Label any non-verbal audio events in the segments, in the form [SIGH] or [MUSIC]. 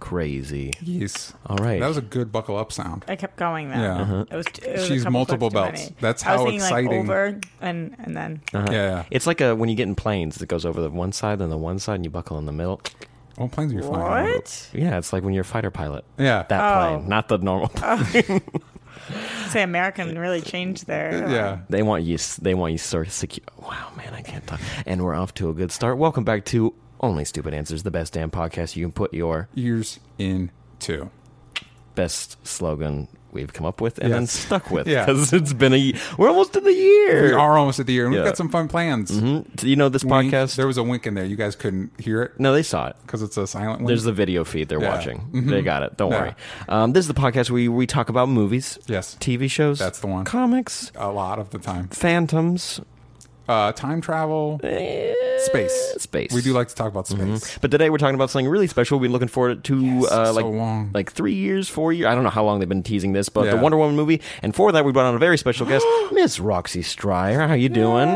Crazy. Yes. All right. That was a good buckle up sound. I kept going though. Yeah. Uh-huh. It was, it was a She's couple multiple clicks too belts. many. That's I was how thinking, exciting- Like over and and then Yeah. Uh-huh. It's like a when you get in planes that goes over the one side, then the one side, and you buckle in the middle. What planes are you flying? on? what? Yeah, it's like when you're a fighter pilot. Yeah. That Oh. plane, not the normal. plane. Say American really changed there. yeah. They want you. s- They want you sort of secure. Wow, man, I can't talk. And we're off to a good start. Welcome back to Only Stupid Answers, the best damn podcast you can put your Years in two. best slogan we've come up with and then Yes. stuck with. [LAUGHS] Yeah. because it's been a. y- We're almost in the year. We are almost at the year, and Yeah. we've got some fun plans. Mm, You know this Wink. podcast. There was a wink in there. You guys couldn't hear it no, they saw it. because it's a silent wink. There's the video feed they're Yeah. Mm-hmm. watching. They got it. Don't Yeah. worry. Um, this is the podcast where we talk about movies, Yes. TV shows, That's the one. comics, a lot of the time. phantoms, eh, Uh, time travel, space. space. We do like to talk about space. But today we're talking about something really special. We've been looking forward to uh, so like long. like three years, four years. I don't know how long they've been teasing this, but the Yeah. Wonder Woman movie. And for that, we brought on a very special [GASPS] guest, Miss Roxy Stryer. How you doing?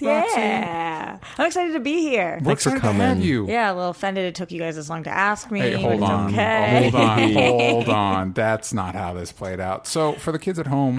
Yeah. I'm excited to be here. We're Thanks for excited to have coming. you. Yeah, a little offended it took you guys as long to ask me. Hey, but hold it's on. Okay. [LAUGHS] Hold on. Hold on. That's not how this played out. So, for the kids at [LAUGHS] home,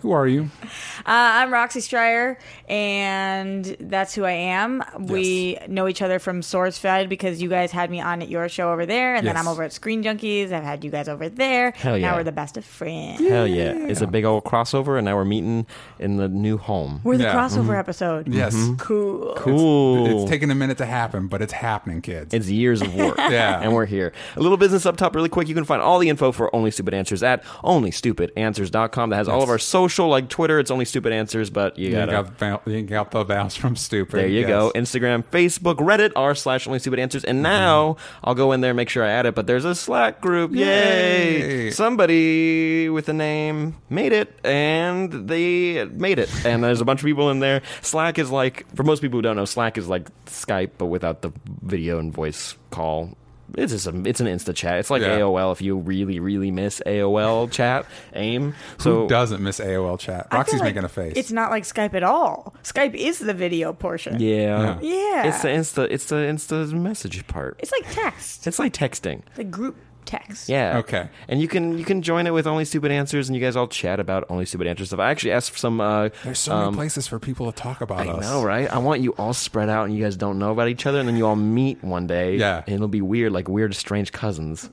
who are you? [LAUGHS] Mm-hmm. Uh, I'm Roxy Stryer, and that's who I am. We know each other from SourceFed because you guys had me on at your show over there, and then Yes. I'm over at Screen Junkies. I've had you guys over there. Hell yeah. Now we're the best of friends. Hell yeah! It's a big old crossover, and now we're meeting in the new home. We're the Mm-hmm. Yeah. crossover episode. Yes. Cool. Cool. It's taking a minute to happen, but it's happening, kids. It's years of [LAUGHS] work. Yeah. And we're here. A little business up top, really quick. You can find all the info for Only Stupid Answers at onlystupidanswers.com. That has all of our social, like Twitter. It's Only Stupid Answers, but you You got to. got, val- you got the vows from stupid. There you yes. go. Mm-hmm. Instagram, Facebook, Reddit, r slash Only Stupid Answers. And now I'll go in there and make sure I add it, but there's a Slack group. Yay! Yay. Somebody with a name made it, and they made it. And there's a bunch of people in there. Slack is like, for most people who don't know, Slack is like Skype, but without the video and voice call. It's just a, it's an Insta chat. It's like Yeah. AOL if you really really miss AOL chat. AIM. So Who doesn't miss AOL chat? I feel Roxy's like making a face. It's not like Skype at all. Skype is the video portion. yeah. Yeah. It's the Insta it's the Insta message part. It's like text. It's like texting. The group text. Yeah. Okay. And you can you can join it with only stupid answers, and you guys all chat about only stupid answers stuff. I actually asked for some. Uh, There's so many places for people to talk about I us. know, right? I want you all spread out, and you guys don't know about each other, and then you all meet one day. Yeah. And it'll be weird, like weird, strange cousins.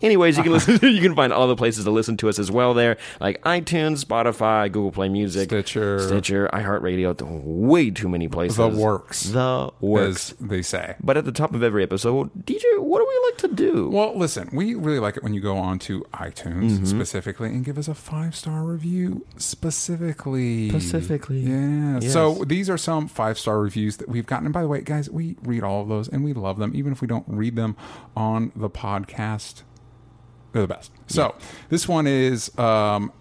Anyways, you can listen. [LAUGHS] you can find all the places to listen to us as well. There, like iTunes, Spotify, Google Play Music, Stitcher. Stitcher, iHeartRadio. th- Way too many places. The works, The works. as they say. But at the top of every episode, DJ, what do we like to do? Well, listen, we really like it when you go on to iTunes Mm-hmm. specifically and give us a five star review specifically. Specifically. Yeah. Yes. So these are some five star reviews that we've gotten. And by the way, guys, we read all of those and we love them, even if we don't read them on the podcast. They're the best. So this one is um,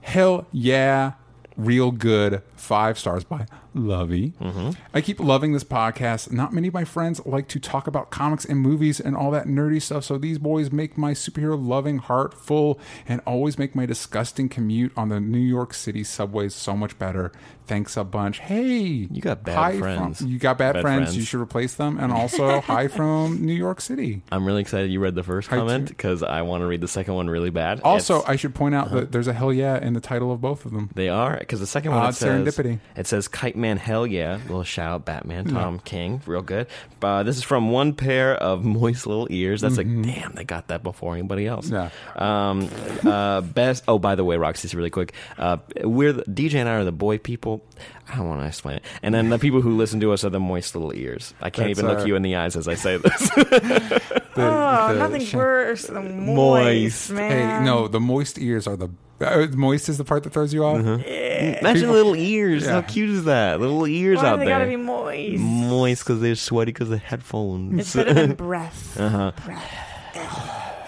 Hell Yeah, Real Good, five stars by Lovey. Mm-hmm. I keep loving this podcast. Not many of my friends like to talk about comics and movies and all that nerdy stuff, so these boys make my superhero loving heart full and always make my disgusting commute on the New York City subways so much better. Thanks a bunch. Hey, You got bad hi friends. From, you got bad, Bad friends. friends. You should replace them. And also, [LAUGHS] hi from New York City. I'm really excited you read the first comment because I want to read the second one really bad. Also, It's- I should point out Uh-huh. that there's a hell yeah in the title of both of them. they are because the second one Odd it says, serendipity. It says Kite Man, hell yeah! Little shout out Batman, Tom King, real good. Uh, this is from one pair of [LAUGHS] moist little ears. That's like damn, they got that before anybody else. Mm-hmm. Yeah. Um, uh, [LAUGHS] best. Oh, by the way, Roxy's really quick. Uh, we're the, DJ and I are the boy people. I don't want to explain it. And then the [LAUGHS] people who listen to us are the moist little ears. I can't That's even look our- you in the eyes as I [LAUGHS] say this. [LAUGHS] The- Oh, the nothing's sha- worse than Moist. moist, man. Hey, no, the moist ears are the Uh, moist is the part that throws you off. Uh-huh. Imagine People- little ears. Yeah. How cute is that? Little ears Why out do they there. gotta be moist? moist because they're sweaty because the headphones. It's better than breath. Oh,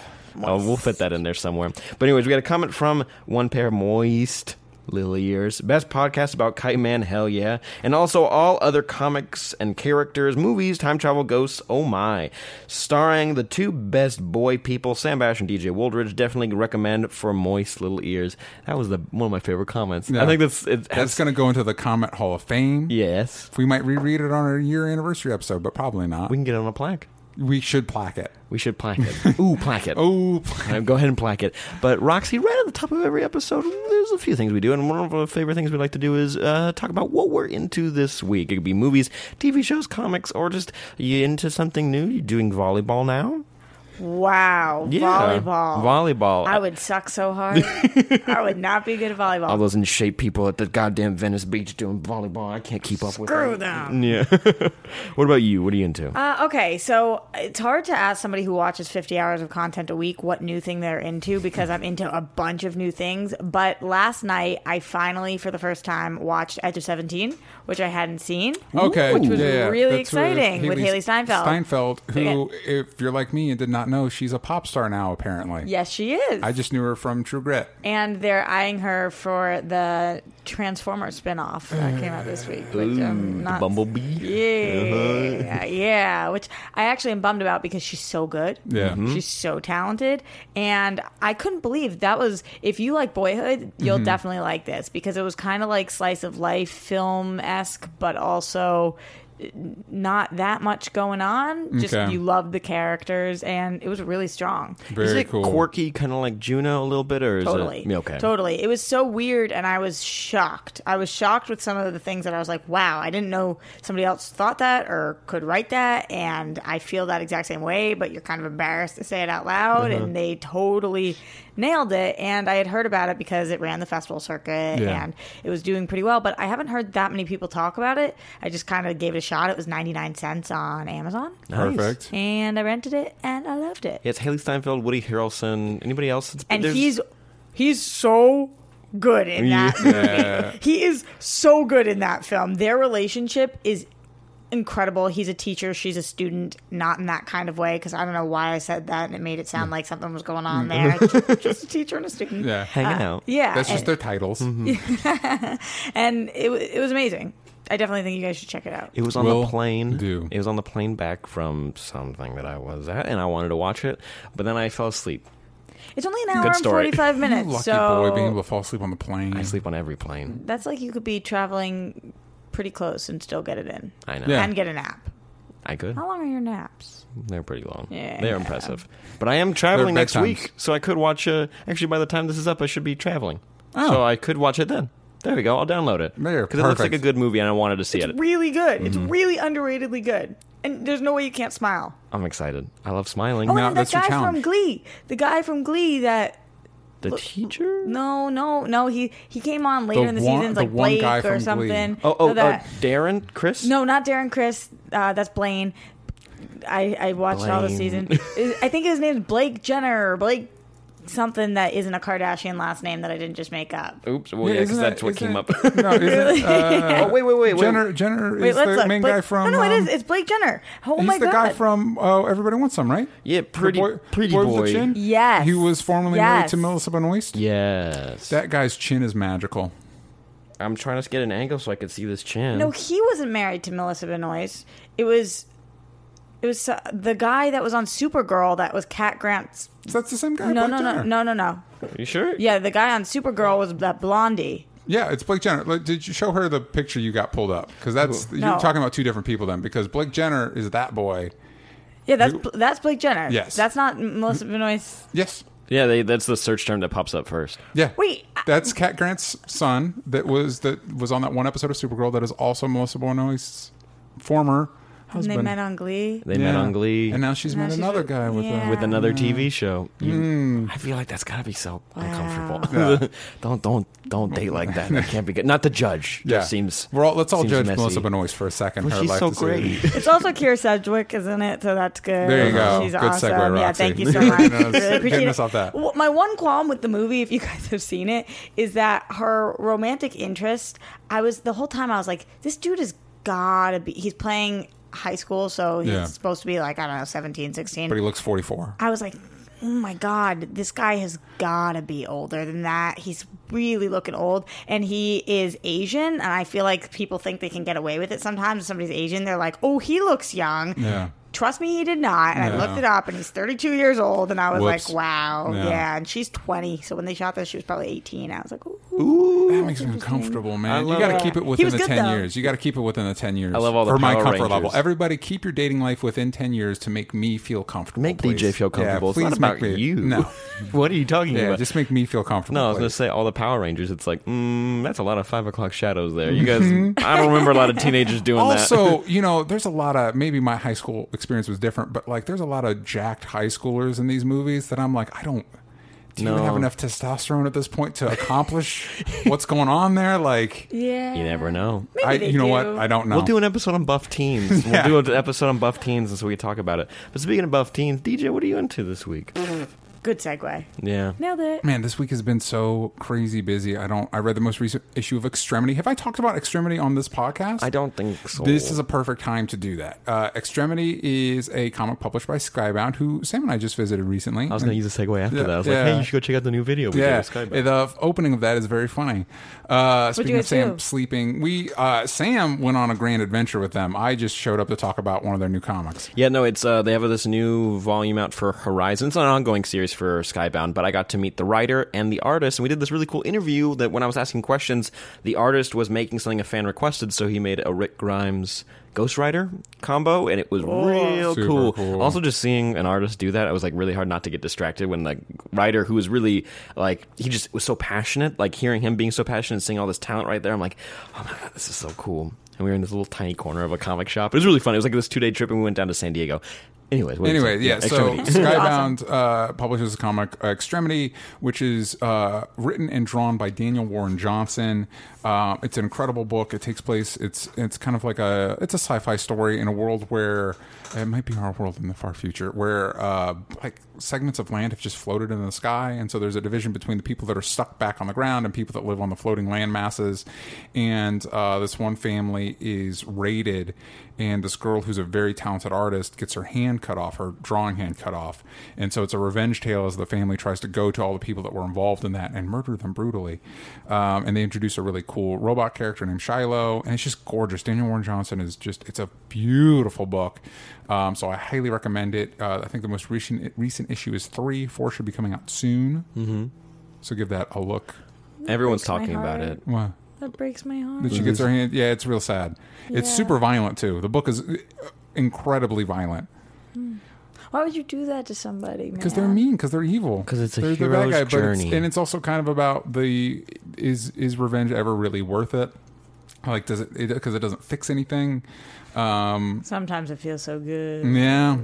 we'll fit that in there somewhere. But anyways, we got a comment from one pair moist little ears. Best podcast about Kite Man, hell yeah. And also all other comics and characters, movies, time travel, ghosts, oh my. Starring the two best boy people, Sam Bash and DJ Woldridge. Definitely recommend for moist little ears. That was the one of my favorite comments. I Yeah. think that's it That's has, going to go into the Comet Hall of Fame. yes. We might reread it on our year anniversary episode, but probably not. We We, can get it on a plaque. should plaque it. We should plaque it. Ooh, plaque it. Oh, Uh, Go ahead and plaque it. But Roxy, right at the top of every episode, there's a few things we do, and one of our favorite things we like to do is uh, talk about what we're into this week. It could be movies, TV shows, comics, or just are you into something new. You doing volleyball now? Wow. Volleyball. Volleyball. I would suck so hard. I would not be good at volleyball. All those in shape people at the goddamn Venice Beach doing volleyball. I can't keep up with Screw them. them. Yeah. what about you? What are you into? Uh, okay, so it's hard to ask somebody who watches 50 hours of content a week what new thing they're into because I'm into a bunch of new things. But last night, I finally, for the first time, watched Edge of 17, which I hadn't seen. okay. Which was Yeah, yeah. really That's where exciting with Haley Steinfeld. Steinfeld, who, if you're like me and did not know, she's a pop star now, apparently. Yes, she is. I just knew her from True Grit. and they're eyeing her for the Transformers spinoff that came out this week, which I'm not. Bumblebee. Uh-huh. Yeah, yeah, which I actually am bummed about because she's so good. Yeah. Mhm. she's so talented, and I couldn't believe that was. If you like Boyhood, you'll Mm-hmm. definitely like this because it was kind of like slice of life film esque, but also eh, not that much going on. Just Okay. you loved the characters, and it was really strong. Very is it cool. quirky, kind of like Juno a little bit, or is Totally. it Yeah, okay? Totally. It was so weird, and I was shocked. I was shocked with some of the things that I was like, wow, I didn't know somebody else thought that or could write that. And I feel that exact same way, but you're kind of embarrassed to say it out loud. Uh-huh. And they totally nailed it. And I had heard about it because it ran the festival circuit Yeah. and it was doing pretty well, but I haven't heard that many people talk about it. I just kind of gave it a shot. It was 99 cents on Amazon. Nice. Perfect. And I rented it and I loved it. Yeah, it's Haley Steinfeld, Woody Harrelson. Anybody else? That's, and there's- he's he's so good in that movie. [LAUGHS] He is so good in that film. Their relationship is incredible. He's a teacher, she's a student, not in that kind of way because I don't know why I said that and it made it sound like something was going on there. [LAUGHS] Just a teacher and a student. Mm. Yeah. hanging uh, out. Yeah, That's just and, their titles. and it wa- it was amazing. I definitely think you guys should check it out. It was on Will the plane. do. It was on the plane back from something that I was at, and I wanted to watch it, but then I fell asleep. It's only an hour and story. [LAUGHS] forty five minutes, Lucky so boy being able to fall asleep on the plane. I sleep on every plane. that's like you could be traveling pretty close and still get it in I know. Yeah. and get a nap. I could. How long are your naps? They're pretty long. Oh. Yeah. They're impressive. But I am traveling They're next bedtimes. week, so I could watch. Uh, actually, by the time this is up, I should be traveling, Oh. so I could watch it then. There we go. I'll download it There, it looks like perfect. a good movie, and I wanted to see it. really good. It's Mm-hmm. really underratedly good. And there's no way you can't smile. I'm excited. I love smiling. Oh, Now, and then that's that your guy from challenge. Glee. The guy from Glee that the teacher. no, no, no, he he came on later The in the one- seasons the like one Blake guy or from Glee. something. Oh, oh, no, that, uh, Darren, Chris. no, not Darren Chris. Uh, that's Blaine. I, I watched all the Blaine. [LAUGHS] season. I think his name's Blake Jenner or Blake something that isn't a Kardashian last name that I didn't just make up. Oops. Well, yeah, because isn't that's that- what came isn't- up. No, [LAUGHS] isn't, uh, [LAUGHS] oh, wait, wait, wait, wait. Jenner, Jenner is the main Blake- guy from. No, no, it um, is. It's Blake Jenner. Oh He's my the god. guy from oh, Everybody Wants Some, right? Yeah, The Pretty- Pretty with the Boy. chin? Yes. He was formerly married Yes. to Melissa Benoist. Yes. That guy's chin is magical. I'm trying to get an angle so I could see this chin. No, he wasn't married to Melissa Benoist. It was, it was uh, the guy that was on Supergirl that was Cat Grant's. So that's the same guy. No, Blake no, no, Jenner. no, no, no. you sure? Yeah, the guy on Supergirl was that Blondie. Yeah, it's Blake Jenner. Like, Did you show her the picture you got pulled up? Because that's No. you're talking about two different people then. Because Blake Jenner is that boy. Yeah, that's that's Blake Jenner. Yes. that's not Melissa Benoist. Yes. Yeah, they, that's the search term that pops up first. Yeah. Wait, I- That's Cat Grant's son that was that was on that one episode of Supergirl that is also Melissa Benoist's former And husband. they met on Glee. They met Yeah. on Glee and now she's Now met she's another with- guy with uh, yeah. a, with another TV show. You- Mm. I feel like that's gotta be so Wow. uncomfortable. [LAUGHS] don't don't don't date like that. That can't be good. Not the judge. Yeah. Just seems. We're all, let's all seems judge messy. Melissa Benoist for a second. Well, her she's life so [LAUGHS] decision. great. [LAUGHS] It's also Kira Sedgwick, isn't it? So that's good. There you go. She's Good awesome. segue, Yeah, Roxy. thank you [LAUGHS] so much. Getting us- really appreciate getting it. us off that. Well, my one qualm with the movie, if you [LAUGHS] guys have seen it, is that her romantic interest. I was the whole time I was like, this dude has gotta be. He's playing high school, so he's Yeah. supposed to be like I don't know, 17, 16. But he looks 44. I was like, oh my God, this guy has got to be older than that. He's really looking old. And he is Asian. And I feel like people think they can get away with it sometimes. If somebody's Asian, they're like, oh, he looks young. Yeah. Trust me, he did not. And Yeah. I looked it up and he's 32 years old. And I was Whoops. like, wow. Yeah. Yeah. And she's 20. So when they shot this, she was probably 18. I was like, ooh. That makes me uncomfortable, man. You love got to it. keep it He within was the good, 10 though. years. You got to keep it within the 10 years. I love all the For my Power comfort level. Rangers. Everybody, keep your dating life within 10 years to make me feel comfortable. Make please. DJ feel Yeah, comfortable. it's not please about make me- you. [LAUGHS] [LAUGHS] No. what are you talking Yeah, about? just make me feel comfortable. no, I was gonna please. say all the Power Rangers. It's like, mm, that's a lot of five o'clock shadows there. You guys, I don't remember a lot of teenagers doing that. Mm-hmm. [LAUGHS] also, you know, there's a lot of maybe my high school experience was different, but like there's a lot of jacked high schoolers in these movies that I'm like, I don't. Do you even No. have enough testosterone at this point to accomplish [LAUGHS] what's going on there? Like, Yeah. you never know. Maybe I, they you know do. what? I don't know. We'll do an episode on buff [LAUGHS] teens. Yeah. We'll do an episode on buff teens, and so we can talk about it. But speaking of buff teens, DJ, what are you into this week? Good segue. Yeah, Nailed it. Man, this week has been so crazy busy. I don't. I read the most recent issue of Extremity. Have I talked about Extremity on this podcast? I don't think so. This is a perfect time to do that. Uh, Extremity is a comic published by Skybound, who Sam and I just visited recently. I was gonna use a segue after Yeah, that. I was yeah. like, hey, you should go check out the new video we yeah, did with Skybound. the f- opening of that is very funny. Uh, speaking you of guys Sam do? sleeping, we uh, Sam went on a grand adventure with them. I just showed up to talk about one of their new comics. Yeah, no, it's uh, they have this new volume out for Horizon. It's an ongoing series for Skybound, but I got to meet the writer and the artist, and we did this really cool interview. That when I was asking questions, the artist was making something a fan requested, so he made a Rick Grimes Ghost Rider combo, and it was real Super cool. cool. Also, just seeing an artist do that, I was like really hard not to get distracted when the writer who was really like he just was so passionate, like hearing him being so passionate and seeing all this talent right there. I'm like, oh my god, this is so cool. And we were in this little tiny corner of a comic shop. It was really fun. It was like this two day trip, and we went down to San Diego. Anyways, what Anyway, was it? yeah. So [LAUGHS] Extremities. Skybound uh, publishes a comic uh, Extremity, which is uh, written and drawn by Daniel Warren Johnson. Um, it's an incredible book. It takes place. It's it's kind of like a it's a sci-fi story in a world where it might be our world in the far future, where uh, like segments of land have just floated in the sky, and so there's a division between the people that are stuck back on the ground and people that live on the floating land masses. And uh, this one family is raided, and this girl who's a very talented artist gets her hand cut off, her drawing hand cut off. And so it's a revenge tale as the family tries to go to all the people that were involved in that and murder them brutally. Um, and they introduce a really cool robot character named Shiloh, and it's just gorgeous. Daniel Warren Johnson is just, it's a beautiful book. Um, so I highly recommend it. Uh, I think the most recent, recent issue is three. Four should be coming out soon. Mm-hmm. So give that a look. everyone's Breaks my talking about heart. it. Wow. That breaks my heart. That she gets her hand. Yeah, it's real sad. It's Yeah. super violent too. The book is uh, incredibly violent Why would you do that to somebody? because they're mean, because they're evil, 'Cause it's a they're hero's But it's, journey. and it's also kind of about the is is revenge ever really worth it? Like, does it because it, doesn't fix anything? Um, Sometimes it feels so good. yeah,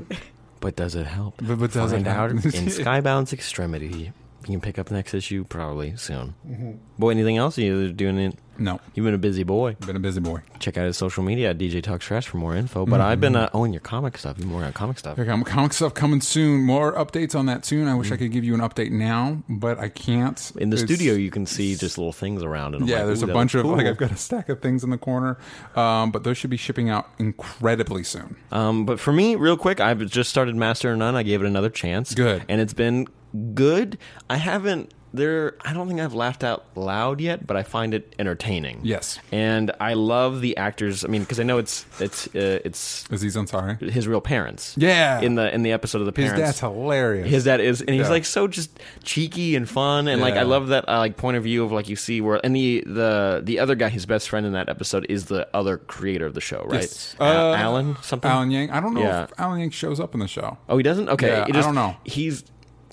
But does it help? but, but does Find it out in happen? [LAUGHS] Skybound's Extremity. You can pick up next issue probably soon. Mm-hmm. Boy, anything else you're doing? It. no, You've been a busy boy. been a busy boy. check out his social media at DJ Talks Trash for more info. But I've been Mm-hmm. uh, owning your comic stuff. You've been working on comic stuff. Okay, comic stuff coming soon. More updates on that soon. I wish I could give you an update now, but I can't. Mm. In the It's- studio, you can see just little things around. And I'm yeah, like, there's "Ooh, a that bunch of looks like cool." I've got a stack of things in the corner, um, but those should be shipping out incredibly soon. Um, but for me, real quick, I've just started Master of None. I gave it another chance. Good. And it's been good. I haven't there I don't think I've laughed out loud yet, but I find it entertaining. Yes. And I love the actors. I mean, because I know it's it's uh, it's Aziz Ansari. his real parents. Yeah. In the in the episode of the His parents. dad's hilarious. His dad is, and he's Yeah. like so just cheeky and fun, and like Yeah. I love that uh, like point of view of like you see where and the the the other guy, his best friend in that episode, is the other creator of the show, right? Yes. A- Uh, Alan something. Alan Yang. I don't know Yeah. if Alan Yang shows up in the show. Oh, he doesn't. Okay, Yeah, it I don't know. He's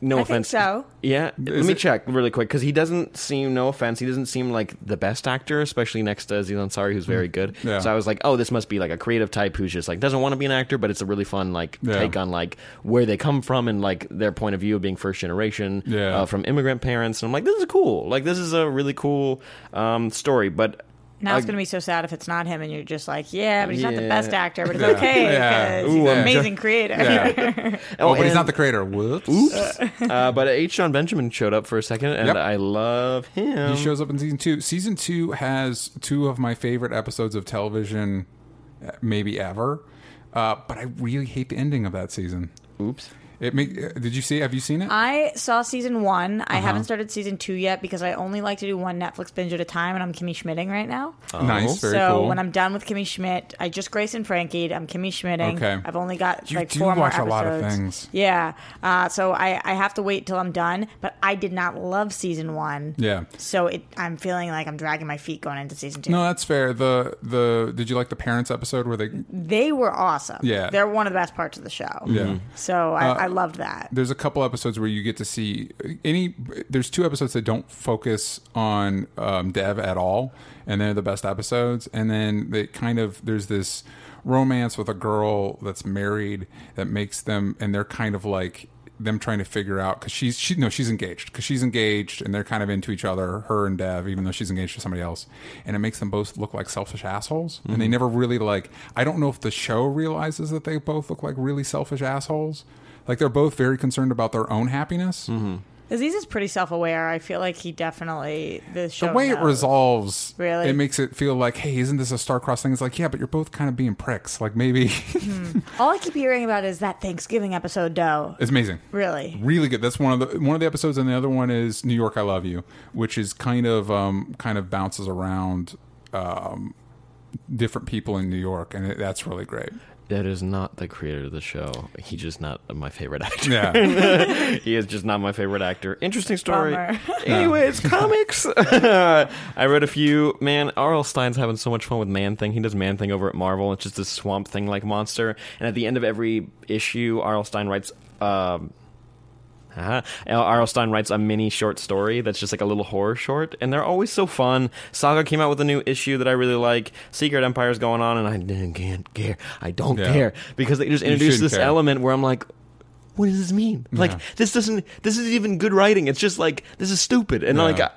no I think offense. so. Yeah, let me it- check really quick because he doesn't seem. No offense, he doesn't seem like the best actor, especially next to Aziz Ansari, who's very good. Hmm. Yeah. So I was like, oh, this must be like a creative type who's just like doesn't want to be an actor, but it's a really fun like Yeah. take on like where they come from and like their point of view of being first generation Yeah. uh, from immigrant parents. And I'm like, this is cool. Like this is a really cool um, story, but. Now it's I- going to be so sad if it's not him, and you're just like, yeah, but he's not the Yeah. best actor, but it's Yeah. okay Yeah. because Ooh, he's an I'm amazing creator. Yeah. Oh, oh, but he's and- not the creator. Whoops. uh, but H. John Benjamin showed up for a second, and Yep. I love him. He shows up in season two. Season two has two of my favorite episodes of television, uh, maybe ever. Uh, but I really hate the ending of that season. Oops. It make, uh, did you see? Have you seen it? I saw season one. I Uh-huh. haven't started season two yet because I only like to do one Netflix binge at a time, and I'm Kimmy Schmitting right now. Uh, nice, very so cool. when I'm done with Kimmy Schmidt, I just Grace and Frankie. I'm Kimmy Schmitting. Okay. I've only got You like do four more watch a episodes. lot of things. Yeah. Uh, so I, I have to wait till I'm done. But I did not love season one. yeah. So it, I'm feeling like I'm dragging my feet going into season two. No, that's fair. The the did you like the parents episode where they They were awesome. Yeah. They're one of the best parts of the show. Yeah. Uh, So I, I loved that. there's a couple episodes where you get to see any there's two episodes that don't focus on um, dev at all and they're the best episodes and then they kind of there's this romance with a girl that's married that makes them and they're kind of like them trying to figure out because she's she no she's engaged because she's engaged and they're kind of into each other her and dev even though she's engaged to somebody else and it makes them both look like selfish assholes and they never really like i don't know if the show realizes that they both look like really selfish assholes like they're both very concerned about their own happiness. Mm-hmm. Aziz is pretty self aware. I feel like he definitely the show The way it knows. resolves, Really? it makes it feel like, hey, isn't this a star-crossed thing? It's like, yeah, but you're both kind of being pricks. Like maybe [LAUGHS] All I keep hearing about is that Thanksgiving episode though. it's amazing, Really. really good. That's one of the one of the episodes, and the other one is New York, I Love You, which is kind of um, kind of bounces around um, different people in New York, and it, that's really great. That is not the creator of the show. He's just not my favorite [LAUGHS] actor. Yeah, He is just not my favorite actor. Interesting story. [LAUGHS] Bummer. Anyways, comics. [LAUGHS] I read a few. Man, R.L. Stein's having so much fun with Man Thing. He does Man Thing over at Marvel. It's just this swamp thing like monster. And at the end of every issue, R.L. Stein writes. Um, uh-huh. R.L. Stein writes a mini short story that's just like a little horror short, and they're always so fun. Saga came out with a new issue that I really like. Secret Empire's going on, and I didn't- can't care. I don't Yeah. care because they just introduced shouldn't this care. element where I'm like, what does this mean? Like this doesn't. This isn't even good writing. It's just like this is stupid, and Yeah. like. I,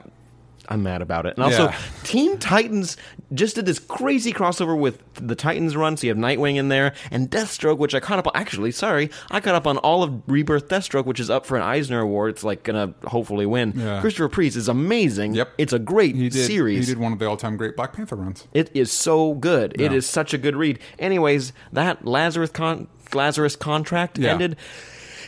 I'm mad about it. And also, Yeah. Teen Titans just did this crazy crossover with the Titans run, so you have Nightwing in there and Deathstroke, which I caught up on. Actually, sorry, I caught up on all of Rebirth Deathstroke, which is up for an Eisner Award. It's like gonna hopefully win. Yeah. Christopher Priest is amazing. Yep. it's a great he did. series. He did one of the all-time great Black Panther runs. It is so good. It Yeah. is such a good read. Anyways, that Lazarus con- Lazarus contract Yeah. ended.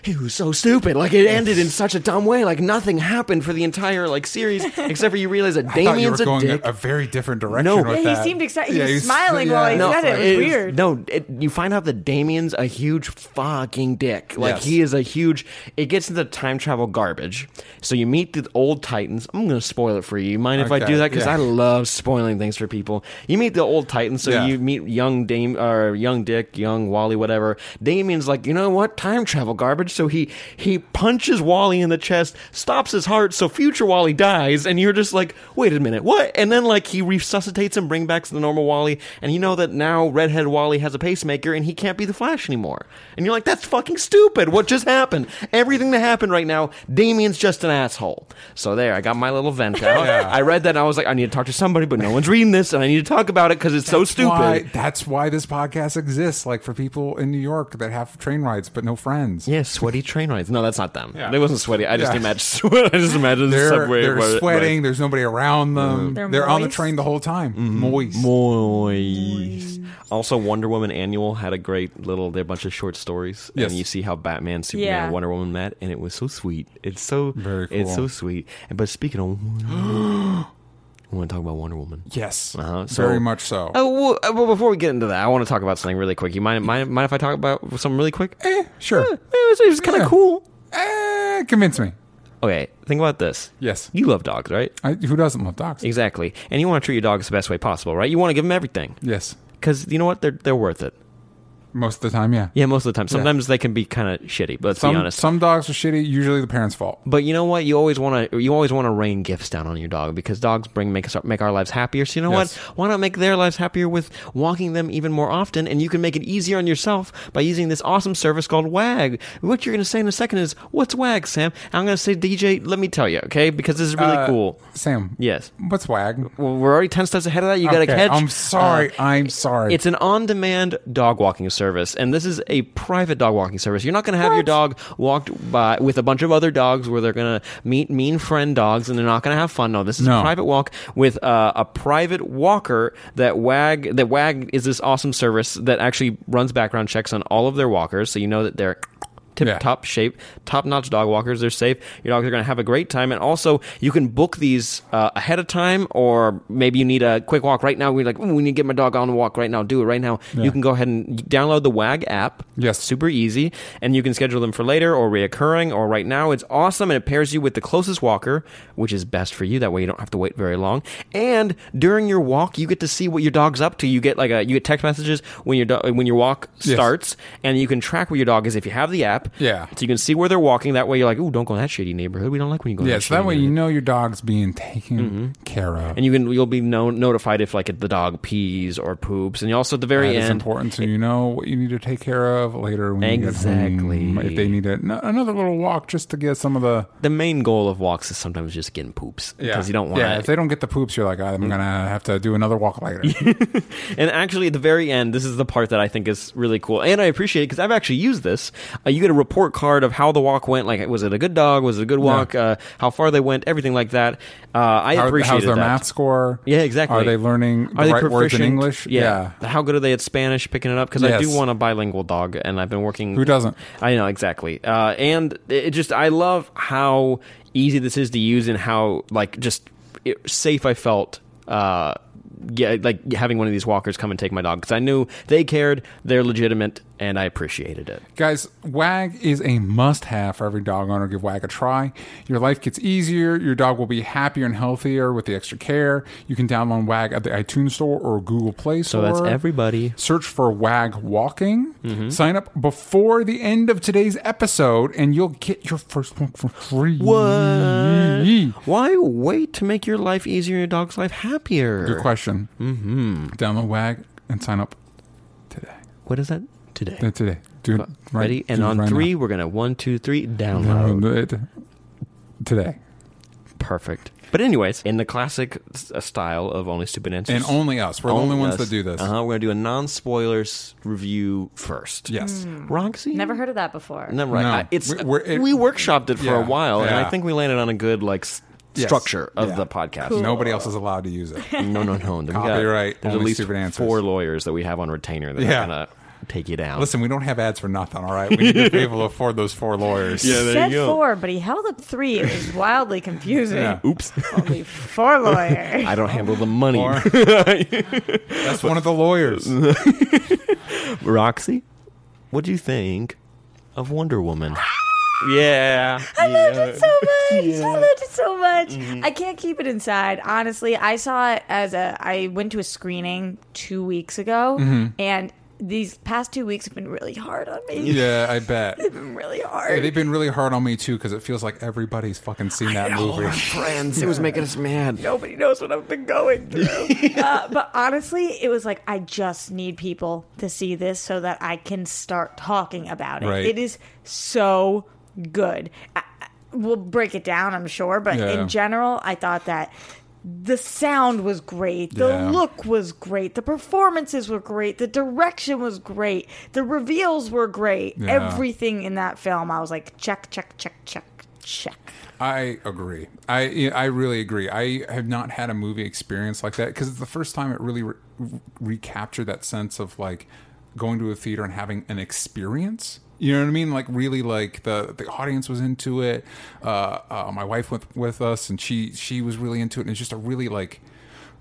It was so stupid. Like it ended in such a dumb way. Like nothing happened for the entire like [LAUGHS] series, except for you realize that I thought you were Damien's a going dick. a very different direction. No. with Yeah, he that. seemed excited. He was smiling while he no, said it. It was is- weird. No, it, you find out that Damien's a huge fucking dick. Like Yes. he is a huge. It gets into time travel garbage. So you meet the old Titans. I'm gonna spoil it for you. You mind if I Okay, do that? Because yeah. I love spoiling things for people. You meet the old Titans. So Yeah. you meet young Dame or young Dick, young Wally, whatever. Damien's like, you know what? Time travel garbage. So he he punches Wally in the chest, stops his heart. So future Wally dies, and you're just like, wait a minute, what? And then like he resuscitates him, bring back to the normal Wally, and you know that now redhead Wally has a pacemaker, and he can't be the Flash anymore. And you're like, that's fucking stupid. What just happened? Everything that happened right now, Damien's just an asshole. So there, I got my little vent out. Yeah. I read that, and I was like, I need to talk to somebody, but no one's reading this, and I need to talk about it because it's so stupid. Why, that's why this podcast exists, like for people in New York that have train rides but no friends. Yeah, sweaty train rides. No, that's not them. Yeah. They wasn't sweaty. I just Yeah. imagine. [LAUGHS] I just imagine the They're, subway. they're ride- sweating. ride. There's nobody around them. They're They're, on the moist. train the whole time. Mm-hmm. Moist. Moist. Also, Wonder Woman Annual had a great little. They're a bunch of short stories, Yes. and you see how Batman, Superman, Yeah. and Wonder Woman met, and it was so sweet. It's so Very It's so cool. sweet. And but speaking of, [GASPS] we want to talk about Wonder Woman. Yes. Uh-huh. So- Very much so. Oh well, uh, well, before we get into that, I want to talk about something really quick. You mind, mind, mind if I talk about something really quick? Eh, sure. It was, it was kind of Yeah. cool. Eh, convince me. Okay, think about this. Yes. You love dogs, right? I, who doesn't love dogs? Exactly. And you want to treat your dogs the best way possible, right? You want to give them everything Yes. because you know what? They're they're worth it. Most of the time, yeah. Yeah, most of the time. Sometimes they can be kind of shitty. But let's Some be honest. some dogs are shitty. Usually the parents' fault. but you know what? You always want to. You always want to rain gifts down on your dog because dogs bring make us make our lives happier. So you know Yes. what? Why not make their lives happier with walking them even more often? And you can make it easier on yourself by using this awesome service called Wag. What you're going to say in a second is, "What's Wag, Sam?" I'm going to say, "DJ, let me tell you, okay? Because this is really Uh, cool." Sam. Yes. What's wag? Well, we're already ten steps ahead of that. You got to Okay, catch. uh, I'm sorry. I'm sorry. It's an on-demand dog walking service, and this is a private dog walking service. You're not going to have your dog walked by with a bunch of other dogs where they're going to meet mean friend dogs, and they're not going to have fun. No, this is No. a private walk with uh, a private walker that wag that wag is this awesome service that actually runs background checks on all of their walkers, so you know that they're tip Yeah. top shape, top notch dog walkers. They're safe. Your dogs are going to have a great time. And also, you can book these uh, ahead of time, or maybe you need a quick walk right now. We're like, "Ooh, we need to get my dog on a walk right now. Do it right now. You can go ahead and download the WAG app. Yes. Super easy. And you can schedule them for later or reoccurring or right now. It's awesome. And it pairs you with the closest walker, which is best for you. That way you don't have to wait very long. And during your walk, you get to see what your dog's up to. You get like a, you get text messages when your, do- when your walk Yes. starts and you can track where your dog is if you have the app. Yeah. So you can see where they're walking. That way you're like, ooh, don't go in that shady neighborhood. We don't like when you go in Yeah, that so shady that way you neighborhood." know your dog's being taken Mm-hmm. care of. And you can you'll be no, notified if like the dog pees or poops, and you also at the very That end is important, so you know what you need to take care of later when Exactly. you get home. If they need a, no, another little walk just to get some of the the main goal of walks is sometimes just getting poops because you don't want Mm. Yeah, to if they don't get the poops, you're like, I'm gonna have to do another [LAUGHS] walk later. And actually, at the very end, this is the part that I think is really cool, and I appreciate it because I've actually used this. Uh, you get a report card of how the walk went. Like, was it a good dog? Was it a good walk? Uh, how far they went? Everything like that. Uh, I How- appreciate how's their that. math score? Yeah, exactly. Are they learning the Are they right words in proficient? English? Yeah. How good are they at Spanish picking it up? Because I do Yes. want a bilingual dog, and I've been working. Who doesn't? I know exactly. Uh, and it it just, I love how easy this is to use and how like just it, safe I felt. Uh, yeah, like having one of these walkers come and take my dog because I knew they cared, they're legitimate, and I appreciated it. Guys, WAG is a must have for every dog owner. Give WAG a try. Your life gets easier. Your dog will be happier and healthier with the extra care. You can download WAG at the iTunes Store or Google Play So Store. that's everybody. Mm-hmm. Search for WAG Walking. Sign up before the end of today's episode, and you'll get your first one for free. What? Why wait to make your life easier, your dog's life happier? Good question. Mm-hmm. Download WAG and sign up today. What is that today? Uh, Today. Do it right, Ready? do And it on right three, now. we're gonna one, two, three, download. Download it today. Perfect. But anyways, in the classic s- uh, style of only stupid answers, And only us. We're the only ones that do this. Uh huh. We're gonna do a non-spoilers review first. Yes. Roxy. Never heard of that before. No, right. No. I- it's We- we, we're- it- workshopped it for Yeah. a while, and Yeah. I think we landed on a good like s- Yes. structure of Yeah. the podcast. Nobody else is allowed to use it. No, no, no. We got- Copyright, There's at only least stupid answers. four lawyers that we have on retainer that Yeah. are gonna take you down. Listen, we don't have ads for nothing, all right? We need to be able to afford those four lawyers. Yeah, there Said you go. four, but he held up three. It [LAUGHS] was wildly confusing. Yeah. Oops. [LAUGHS] Only four lawyers. I don't handle the money. Or- That's one of the lawyers. [LAUGHS] Roxy, what do you think of Wonder Woman? yeah. [LAUGHS] I I loved it so much. I loved it so much. Mm-hmm. I can't keep it inside. Honestly, I saw it as a. I went to a screening two weeks ago, Mm-hmm. and these past two weeks have been really hard on me. Yeah, I bet. They've been really Hey, hard. They've been really hard on me, too, because it feels like everybody's fucking seen that movie. [LAUGHS] friends. It was making us mad. Nobody knows what I've been going through. [LAUGHS] uh, but honestly, it was like I just need people to see this so that I can start talking about it. Right. It is so good. I, I- we'll break it down, I'm sure, but Yeah. in general, I thought that the sound was great, the Yeah. look was great, the performances were great, the direction was great, the reveals were great. Yeah. Everything in that film, I was like, check, check, check, check, check. I agree. I I really agree. I have not had a movie experience like that because it's the first time it really re- recaptured that sense of like going to a theater and having an experience. You know what I mean? Like really, like the the audience was into it. Uh, uh, my wife went with us, and she she was really into it. And it's just a really like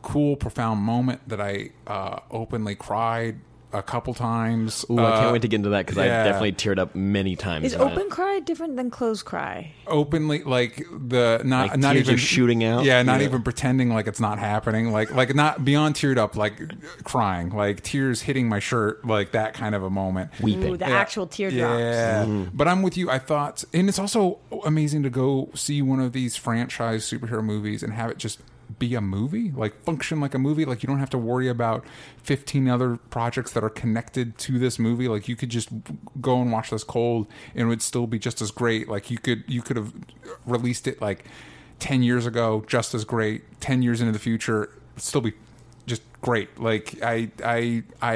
cool, profound moment that I uh, openly cried a couple times. Ooh, I can't Uh, wait to get into that because yeah. I definitely teared up many times. Is in that. open cry different than closed cry? openly like the not Like, not tears even just shooting out? yeah not Yeah. even pretending like it's not happening like like not beyond teared up like crying like tears hitting my shirt like that kind of a moment Weeping. Ooh, the Yeah. actual teardrops. yeah but i'm with you i thought and it's also amazing to go see one of these franchise superhero movies and have it just be a movie like function like a movie like you don't have to worry about 15 other projects that are connected to this movie like you could just go and watch this cold and it would still be just as great like you could you could have released it like 10 years ago just as great 10 years into the future still be just great like i i i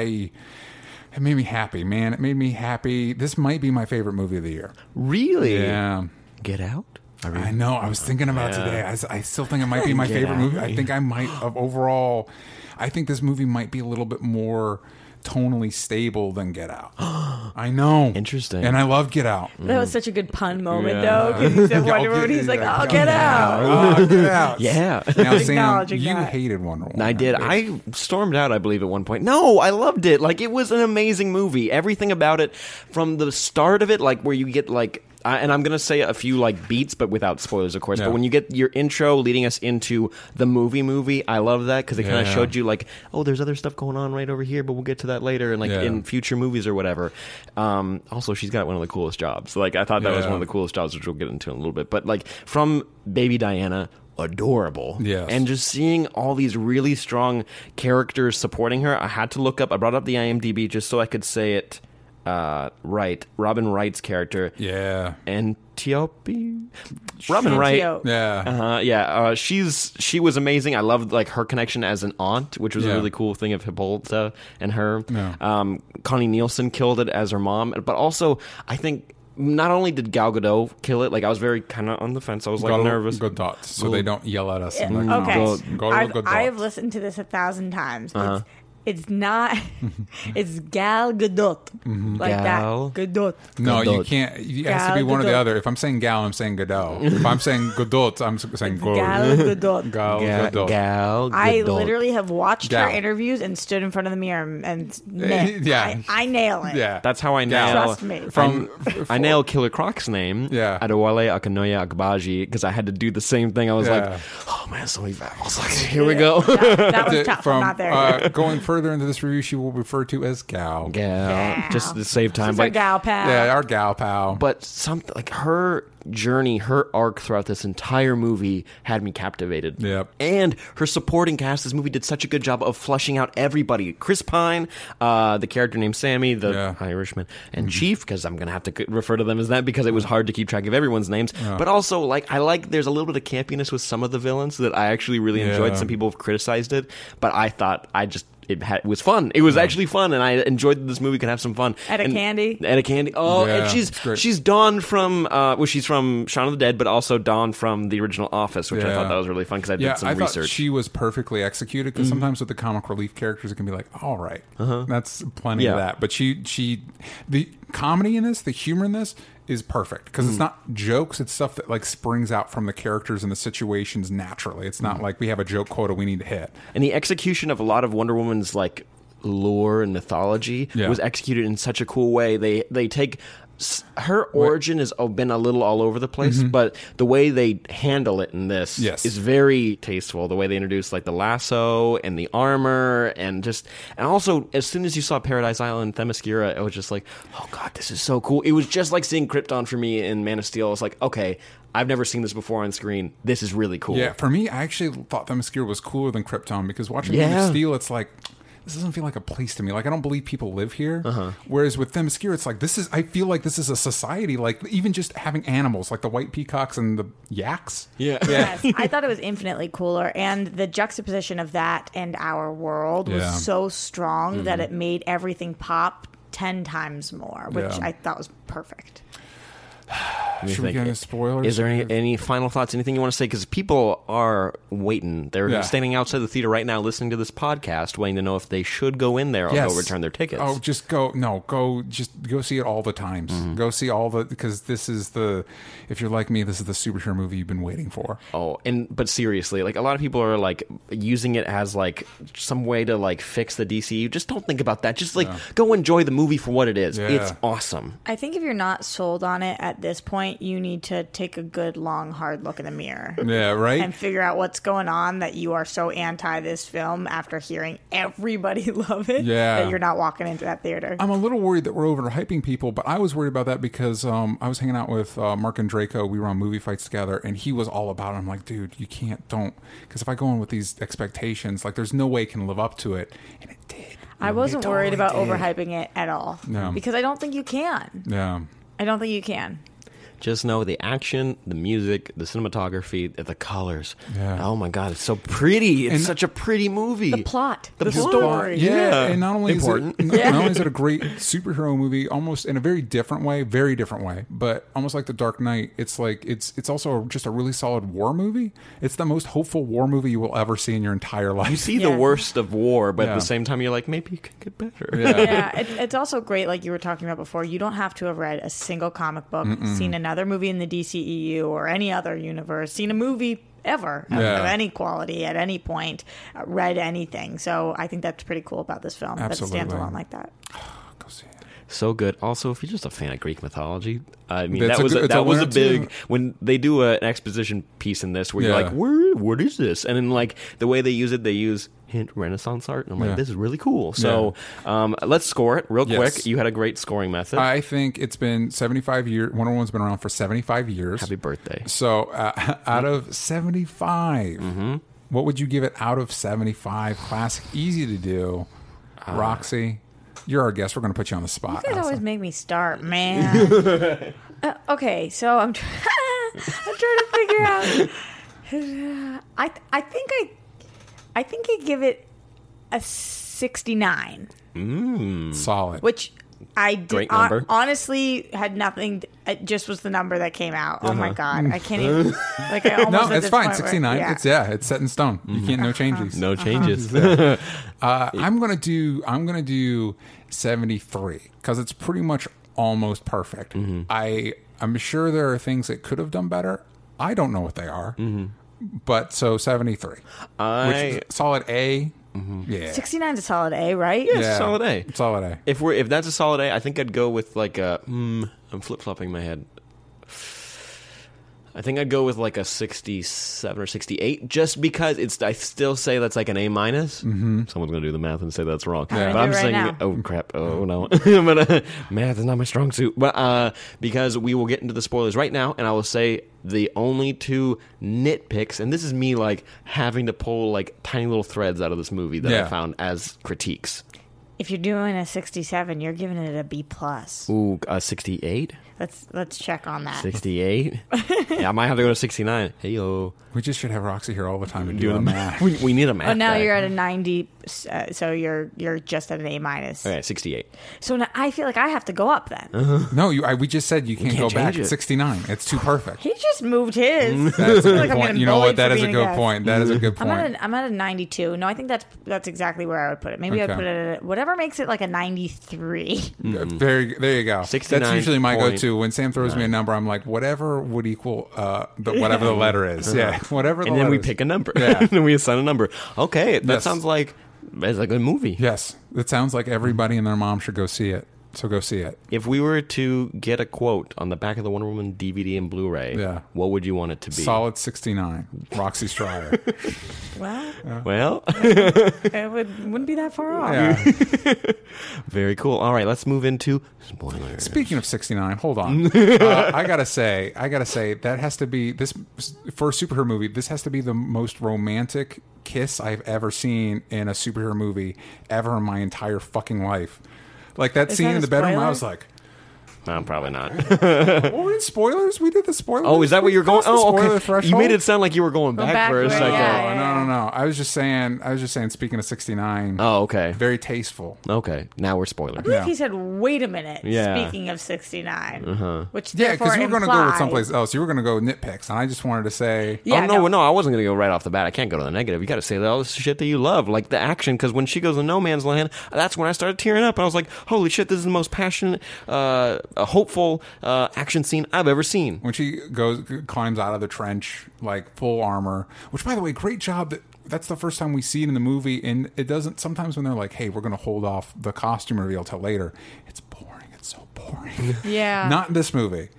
it made me happy, man. It made me happy. This might be my favorite movie of the year. Really? Yeah. Get out. I I know. I was thinking about it today. I, s- I still think it might be [LAUGHS] my Get favorite out movie. of I here. think I might of overall. I think this movie might be a little bit more tonally stable than Get Out. [GASPS] I know. Interesting. And I love Get Out. That was such a good pun moment, Yeah. [LAUGHS] though, because he said Yeah, Wonder okay, Woman. He's like, yeah, "I'll get out." [LAUGHS] Oh, get [LAUGHS] out. Yeah. [LAUGHS] Now, Sam, Acknowledging you that. hated Wonder Woman. I did. I stormed out, I believe, at one point. No, I loved it. Like, it was an amazing movie. Everything about it, from the start of it, like, where you get, like, I and I'm going to say a few, like, beats, but without spoilers, of course. Yeah. But when you get your intro leading us into the movie movie, I love that because it kind Yeah. of showed you, like, oh, there's other stuff going on right over here, but we'll get to that later and, like, Yeah. in future movies or whatever. Um, also, she's got one of the coolest jobs. Like, I thought that was Yeah. one of the coolest jobs, which we'll get into in a little bit. But, like, from Baby Diana, adorable. Yes. And just seeing all these really strong characters supporting her, I had to look up. I brought up the IMDb just so I could say it uh, right. Robin Wright's character, Yeah. Antiope. Robin Wright. Antiope. Yeah. Uh, yeah, uh, she's she was amazing. I loved like her connection as an aunt, which was Yeah. a really cool thing of Hippolyta and her. Yeah. Um, Connie Nielsen killed it as her mom, but also I think not only did Gal Gadot kill it, like I was very kind of on the fence. I was like oh, Go to nervous. Good thoughts. So they don't yell at us. and, like, Okay, no. Go to I've, good I have thoughts. listened to this a thousand times. Uh-huh. It's, it's not. [LAUGHS] it's Gal Gadot, Mm-hmm. like Gal that. Gadot. No, you Godot. can't. It has to Gal be one or the Gadot. other. If I'm saying Gal, I'm saying Godot. If I'm saying Godot, I'm s- saying Godot. [LAUGHS] Gal Gadot. Gal Ga- Gadot. Gal I Gadot. literally have watched her Gal. Uh, interviews and stood in front of the mirror and- and man, yeah. I, I nail it. Yeah, That's how I Gal. nail. Trust me. From From- I nail Killer Croc's name. Yeah. Adewale Akinoya Akbaji because I had to do the same thing. I was Yeah. like, oh man, so many [LAUGHS] vowels. Like, here we [LAUGHS] go. Gal. [LAUGHS] That was Th- tough. from I'm not there. uh, going further into this review, she will refer to as Gal. Gal. Just to save time. She's our But, gal pal. Yeah, our gal pal. but something like her journey, her arc throughout this entire movie had me captivated. Yep. And her supporting cast, this movie did such a good job of flushing out everybody. Chris Pine, uh, the character named Sammy, the Yeah. Mm-hmm. Irishman, and Chief, because I'm going to have to c- refer to them as that because it was hard to keep track of everyone's names. But also, like, I like there's a little bit of campiness with some of the villains that I actually really Yeah. enjoyed. Some people have criticized it, but I thought I just. It, had, it was fun. It was actually fun, and I enjoyed that this movie. Could have some fun. Etta And- Candy. Etta Candy. Oh, Yeah, and she's it's great. she's Dawn from uh, well, she's from Shaun of the Dead, but also Dawn from the original Office, which I Yeah. thought that was really fun because I did yeah, some I thought research. she was perfectly executed because sometimes with the comic relief characters, it can be like, all right, that's plenty of Uh-huh. Yeah. that. But she, she, the comedy in this, the humor in this is perfect because Mm-hmm. it's not jokes; it's stuff that like springs out from the characters and the situations naturally. It's Mm-hmm. not like we have a joke quota we need to hit. and the execution of a lot of Wonder Woman's like lore and mythology Yeah. was executed in such a cool way. They they take s- her origin has oh, been a little all over the place, but the way they handle it in this Mm-hmm. Yes. is very tasteful. The way they introduce like the lasso and the armor and just and also as soon as you saw Paradise Island Themyscira, it was just like, oh god, this is so cool. It was just like seeing Krypton for me in Man of Steel. It's like, okay, I've never seen this before on screen. This is really cool. Yeah, for me, I actually thought Themyscira was cooler than Krypton because watching Man of Yeah. Steel, it's like this doesn't feel like a place to me. Like I don't believe people live here. Uh-huh. Whereas with Themyscira, it's like this is. I feel like this is a society. Like even just having animals, like the white peacocks and the yaks. Yeah. [LAUGHS] Yes, I thought it was infinitely cooler, and the juxtaposition of that and our world Yeah. Mm-hmm. was so strong that it made everything pop ten times more, which Yeah. I thought was perfect. Let me Should we think. get into spoilers? Is there any, any final thoughts? Anything you want to say? Because people are waiting. They're Yeah. standing outside the theater right now, listening to this podcast, waiting to know if they should go in there or Yes. go return their tickets. Oh, just go. No, go. Just go see it all the times. Mm-hmm. Go see all the because this is the. If you're like me, this is the superhero movie you've been waiting for. Oh, and but seriously, like a lot of people are like using it as like some way to like fix the DCU. Just don't think about that. Just like go enjoy the movie for what it is. Yeah. It's awesome. I think if you're not sold on it at this point, you need to take a good, long, hard look in the mirror Yeah, right. and figure out what's going on that you are so anti this film after hearing everybody [LAUGHS] love it Yeah. that you're not walking into that theater. I'm a little worried that we're overhyping people, but I was worried about that because um, I was hanging out with uh, Mark and Draco. We were on movie fights together, and he was all about it. I'm like, dude, you can't, don't. Because if I go in with these expectations, like, there's no way it can live up to it. And it did. I wasn't It worried about totally did. overhyping it at all No. because I don't think you can. Yeah. I don't think you can. Just know the action, the music, the cinematography, the colors. Yeah. Oh my god, it's so pretty. It's And- such a pretty movie. The plot. The plot. story. Yeah. Yeah. and not only Important. is it not only is it a great superhero movie, almost in a very different way, very different way, but almost like the Dark Knight, it's like it's it's also just a really solid war movie. It's the most hopeful war movie you will ever see in your entire life. You [LAUGHS] see Yeah. the worst of war, but at Yeah. the same time, you're like, maybe it could get better. yeah, it, it's also great, like you were talking about before. You don't have to have read a single comic book, seen another movie in the DCEU or any other universe, seen a movie ever of, Yeah. of any quality at any point, uh, read anything. So I think that's pretty cool about this film that it stands Absolutely. alone like that. Go see it. [LAUGHS] so good. Also, if you're just a fan of Greek mythology, I mean, That's that a was good- a, it's a that was a winner, too. big when they do a, an exposition piece in this where Yeah. you're like, where, what is this? And then like the way they use it, they use hint Renaissance art, and I'm Yeah. like, this is really cool. So um, let's score it real Yes. quick. You had a great scoring method. I think it's been 75 years. Wonder Woman's been around for 75 years. Happy birthday. So uh, [LAUGHS] out of 75, Mm-hmm. what would you give it out of 75? Classic, easy to do. Roxy, you're our guest. We're going to put you on the Uh, You spot. guys Roxy. always make me [LAUGHS] start, man. Uh, okay, so I'm, tr- [LAUGHS] I'm trying to figure out. I I think I I think I give it a sixty nine. Solid. which I did, Great number. hon- honestly had nothing. It just was the number that came out. Oh Uh-huh. my god, I can't even. [LAUGHS] Like I almost no, at it's this fine. point where- 69. yeah. Mm-hmm. It's yeah, it's set in stone. You [LAUGHS] can't no changes. no changes. Uh, I'm gonna do I'm gonna do 73 because it's pretty much almost perfect. Mm-hmm. I I'm sure there are things it could have done better. I don't know what they are, but so 73, which [LAUGHS] Mm-hmm. I Mm-hmm. is solid A. Yeah, 69 is a solid A, right? yeah, solid A. solid A. if we're if that's a solid A, I think I'd go with like a. Mm, I'm flip flopping my head. I think I'd go with like a 67 or 68, just because it's. I still say that's like an A minus. Mm-hmm. Someone's gonna do the math and say that's wrong. gonna But do I'm it right saying, now. oh crap, oh no, [LAUGHS] but uh, math is not my strong suit. But uh, because we will get into the spoilers right now, and I will say the only two nitpicks, and this is me like having to pull like tiny little threads out of this movie that Yeah. I found as critiques. If you're doing a 67, you're giving it a B plus. Ooh, uh, 68. Let's let's check on that. 68? yeah, I might have to go to 69. Hey, yo. We just should have Roxy here all the time to do the math. we, we need a math. Oh, now guy. you're at a 90, uh, so you're you're just at an A minus. Okay, 68. Oh, So now I feel like I have to go up then. [LAUGHS] no, you. I, we just said you can't, can't go back. change it. 69. It's too perfect. He just moved his. I That's a feel good like I'm point. getting You know bullied what? That for is a being good guest. point. That is a good I'm point. at, a, [LAUGHS] I'm at a 92. No, I think that's that's exactly where I would put it. Maybe Okay. I'd put it at whatever makes it like a 93. Very there you go. 69 That's usually my point go-to when Sam throws me a number. I'm like, whatever would equal uh, the, whatever the letter is. Yeah, whatever. The Uh-huh. And then we letter is. pick a number. Yeah. and then [LAUGHS] we assign a number. Okay, that Yes. sounds like it's a good movie. Yes, it sounds like everybody and their mom should go see it. So go see it. If we were to get a quote on the back of the Wonder Woman DVD and Blu ray, Yeah. what would you want it to be? Solid 69, [LAUGHS] Roxy Stryer. Well, Well, [LAUGHS] it would, wouldn't be that far off. yeah. very cool. All right, let's move into spoilers. Speaking of 69, hold [LAUGHS] on. Uh, I gotta say, I gotta say that has to be this for a superhero movie. This has to be the most romantic kiss I've ever seen in a superhero movie ever in my entire fucking life. Like that Is scene that in a the bedroom, I spoiler? was like, No, probably not. Well, we're in spoilers. We did the spoilers. [LAUGHS] Oh, is that what We you're going? passed the Oh, spoiler okay. You threshold. made it sound like you were going back, for a backward, second. yeah. No, no, no, no. I was just saying. I was just saying. Speaking of sixty nine, Oh, okay. very tasteful. Okay. Now we're spoiler. I think [LAUGHS] he said, "Wait a minute." Yeah. Uh-huh. Speaking of sixty which Yeah, because because you were going to go with someplace else. You were going to go nitpicks, and I just wanted to say, Yeah, oh no, no. no, I wasn't gonna go right off the bat. I can't go to the negative. You got to say all this shit that you love, like the action. Because when she goes to no man's land, that's when I started tearing up, and I was like, "Holy shit, this is the most passionate, uh, uh, hopeful uh, action scene I've ever seen." when she goes climbs out of the trench like full armor which by the way great job that that's the first time we see it in the movie and it doesn't sometimes when they're like hey we're going to hold off the costume reveal till later it's boring it's so boring [LAUGHS] Yeah. not in this movie